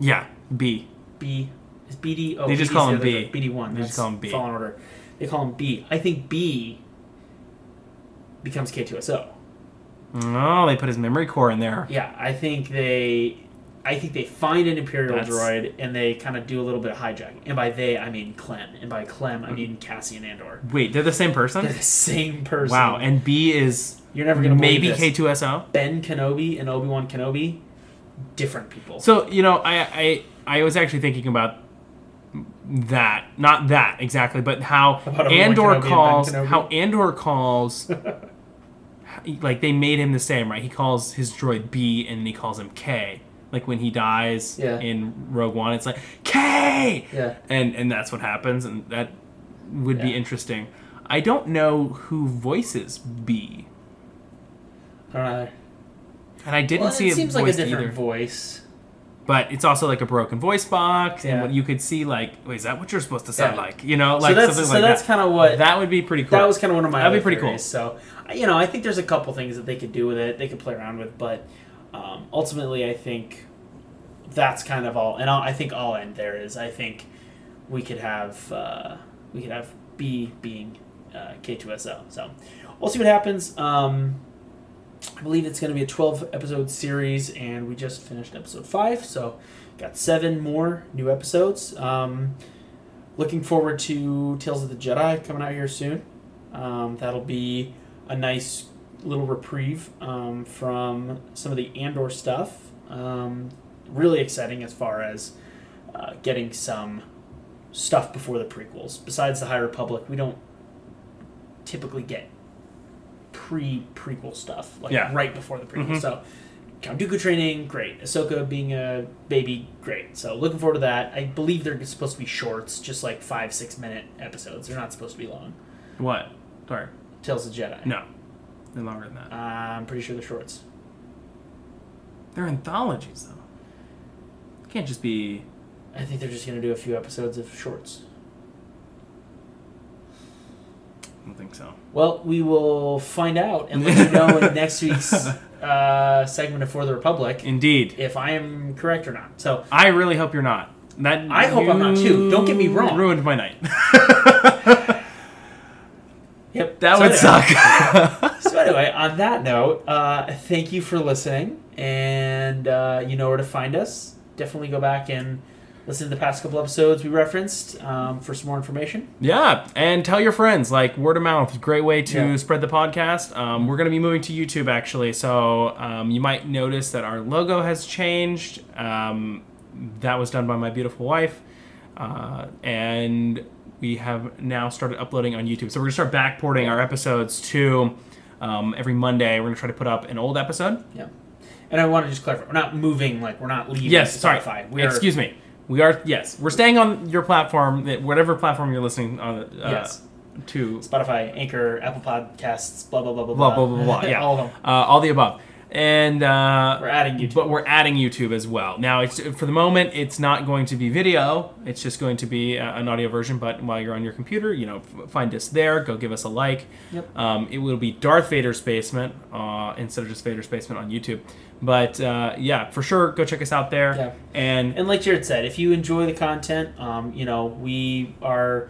Speaker 2: Yeah, B.
Speaker 1: B is BD. Oh,
Speaker 2: They just
Speaker 1: BD 's
Speaker 2: call
Speaker 1: the
Speaker 2: him
Speaker 1: other
Speaker 2: B.
Speaker 1: guy. BD one.
Speaker 2: They just
Speaker 1: That's
Speaker 2: call him B.
Speaker 1: Fallen Order. They call him B. I think B becomes K2SO.
Speaker 2: Oh, they put his memory core in there.
Speaker 1: Yeah, I think they. I think they find an Imperial
Speaker 2: That's-
Speaker 1: droid and they kind of do a little bit of hijacking. And by they, I mean Clem. And by Clem,
Speaker 2: Mm-hmm.
Speaker 1: I mean Cassian Andor.
Speaker 2: Wait, they're the same
Speaker 1: They're
Speaker 2: person?
Speaker 1: the same person.
Speaker 2: Wow, and B is
Speaker 1: You're never going to
Speaker 2: maybe
Speaker 1: this.
Speaker 2: K2SO.
Speaker 1: Ben Kenobi and Obi Wan Kenobi, different people.
Speaker 2: So you know, I I I was actually thinking about that, not that exactly, but how
Speaker 1: About Obi-Wan Kenobi
Speaker 2: Andor
Speaker 1: and Ben
Speaker 2: calls
Speaker 1: Kenobi?
Speaker 2: how Andor calls. Like they made him the same, right? He calls his droid B, and then he calls him K. Like when he dies
Speaker 1: Yeah.
Speaker 2: in Rogue One, it's like K,
Speaker 1: Yeah.
Speaker 2: and and that's what happens, and that would be
Speaker 1: Yeah.
Speaker 2: interesting. I don't know who voices B,
Speaker 1: I don't know.
Speaker 2: and I didn't
Speaker 1: Well,
Speaker 2: see
Speaker 1: it
Speaker 2: it
Speaker 1: seems like a
Speaker 2: voiced
Speaker 1: different
Speaker 2: either.
Speaker 1: voice.
Speaker 2: but it's also like a broken voice box, and
Speaker 1: Yeah.
Speaker 2: what you could see like, wait, is that what you're supposed to sound
Speaker 1: Yeah.
Speaker 2: like? You know, like
Speaker 1: so that's
Speaker 2: something
Speaker 1: so
Speaker 2: like
Speaker 1: that's
Speaker 2: that.
Speaker 1: kind of what
Speaker 2: that would be pretty cool.
Speaker 1: that was kind of one of my
Speaker 2: That'd be
Speaker 1: other
Speaker 2: pretty cool.
Speaker 1: theories. so I- you know i think there's a couple things that they could do with it they could play around with but um, ultimately i think that's kind of all and I'll, i think all end there is i think we could have uh, we could have b being uh, k2so so we'll see what happens um, i believe it's going to be a 12 episode series and we just finished episode 5 so got seven more new episodes um, looking forward to Tales of the Jedi coming out here soon. Um, that'll be a nice little reprieve um, from some of the Andor stuff. Um, really exciting as far as uh, getting some stuff before the prequels. Besides the High Republic, we don't typically get pre prequel stuff like
Speaker 2: Yeah.
Speaker 1: right before the prequel.
Speaker 2: Mhm.
Speaker 1: So Count Dooku training, great. Ahsoka being a baby, great. So looking forward to that. I believe they're supposed to be shorts, just like five six minute episodes. They're not supposed to be long.
Speaker 2: What? Sorry.
Speaker 1: Tales of the Jedi.
Speaker 2: No. They're longer than that.
Speaker 1: I'm pretty sure they're shorts.
Speaker 2: They're anthologies, though. Can't just be.
Speaker 1: I think they're just gonna do a few episodes of shorts.
Speaker 2: I don't think so.
Speaker 1: Well, we will find out and let you know in next week's uh, segment of For the Republic
Speaker 2: Indeed.
Speaker 1: if I am correct or not. So
Speaker 2: I really hope you're not. That
Speaker 1: I hope I'm not, too. Don't get me
Speaker 2: you
Speaker 1: wrong.
Speaker 2: Ruined my night.
Speaker 1: Yep.
Speaker 2: That
Speaker 1: so
Speaker 2: would
Speaker 1: anyway-
Speaker 2: suck.
Speaker 1: so anyway, on that note, uh, thank you for listening, and uh, you know where to find us. Definitely go back and listen to the past couple episodes we referenced um, for some more information.
Speaker 2: yeah, and tell your friends. Like word of mouth is a great way to
Speaker 1: Yeah.
Speaker 2: spread the podcast. Um, we're gonna be moving to YouTube actually, so um, you might notice that our logo has changed. Um, that was done by my beautiful wife, uh, and we have now started uploading on YouTube. So we're gonna start backporting our episodes to um, every Monday. We're gonna try to put up an old episode.
Speaker 1: Yeah. And I want to just clarify: we're not moving, like we're not leaving.
Speaker 2: Yes, sorry.
Speaker 1: Spotify. We are,
Speaker 2: Excuse me. We are yes, we're staying on your platform, that- whatever platform you're listening on. Uh,
Speaker 1: Yes.
Speaker 2: To
Speaker 1: Spotify, Anchor, Apple Podcasts, blah blah blah blah
Speaker 2: blah blah blah blah. Yeah.
Speaker 1: all of them.
Speaker 2: Uh, all the above, and uh,
Speaker 1: We're adding YouTube.
Speaker 2: But we're adding YouTube as well. Now, it's for the moment, it's not going to be video. It's just going to be uh, an audio version. But while you're on your computer, you know, f- find us there. Go give us a like.
Speaker 1: Yep.
Speaker 2: Um, it will be Darth Vader's Basement uh, instead of just Vader's Basement on YouTube. But uh, yeah, for sure, go check us out there.
Speaker 1: Yeah.
Speaker 2: And
Speaker 1: And like Jared said, if you enjoy the content, um, you know, we are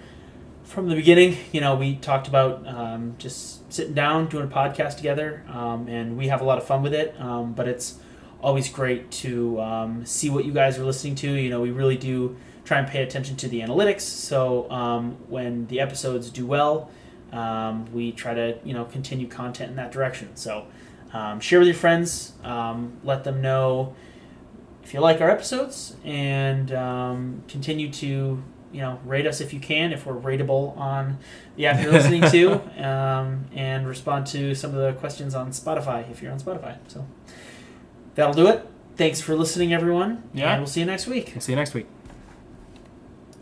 Speaker 1: from the beginning, you know, we talked about um, just sitting down, doing a podcast together, um, and we have a lot of fun with it. Um, but it's always great to um, see what you guys are listening to. You know, we really do try and pay attention to the analytics. So um, when the episodes do well, um, we try to, you know, continue content in that direction. So um, share with your friends, um, let them know if you like our episodes and um, continue to you know rate us if you can if we're rateable on the app you're listening to um, and respond to some of the questions on spotify if you're on spotify so that'll do it thanks for listening everyone
Speaker 2: Yeah.
Speaker 1: and we'll see you next week
Speaker 2: we'll see you next week.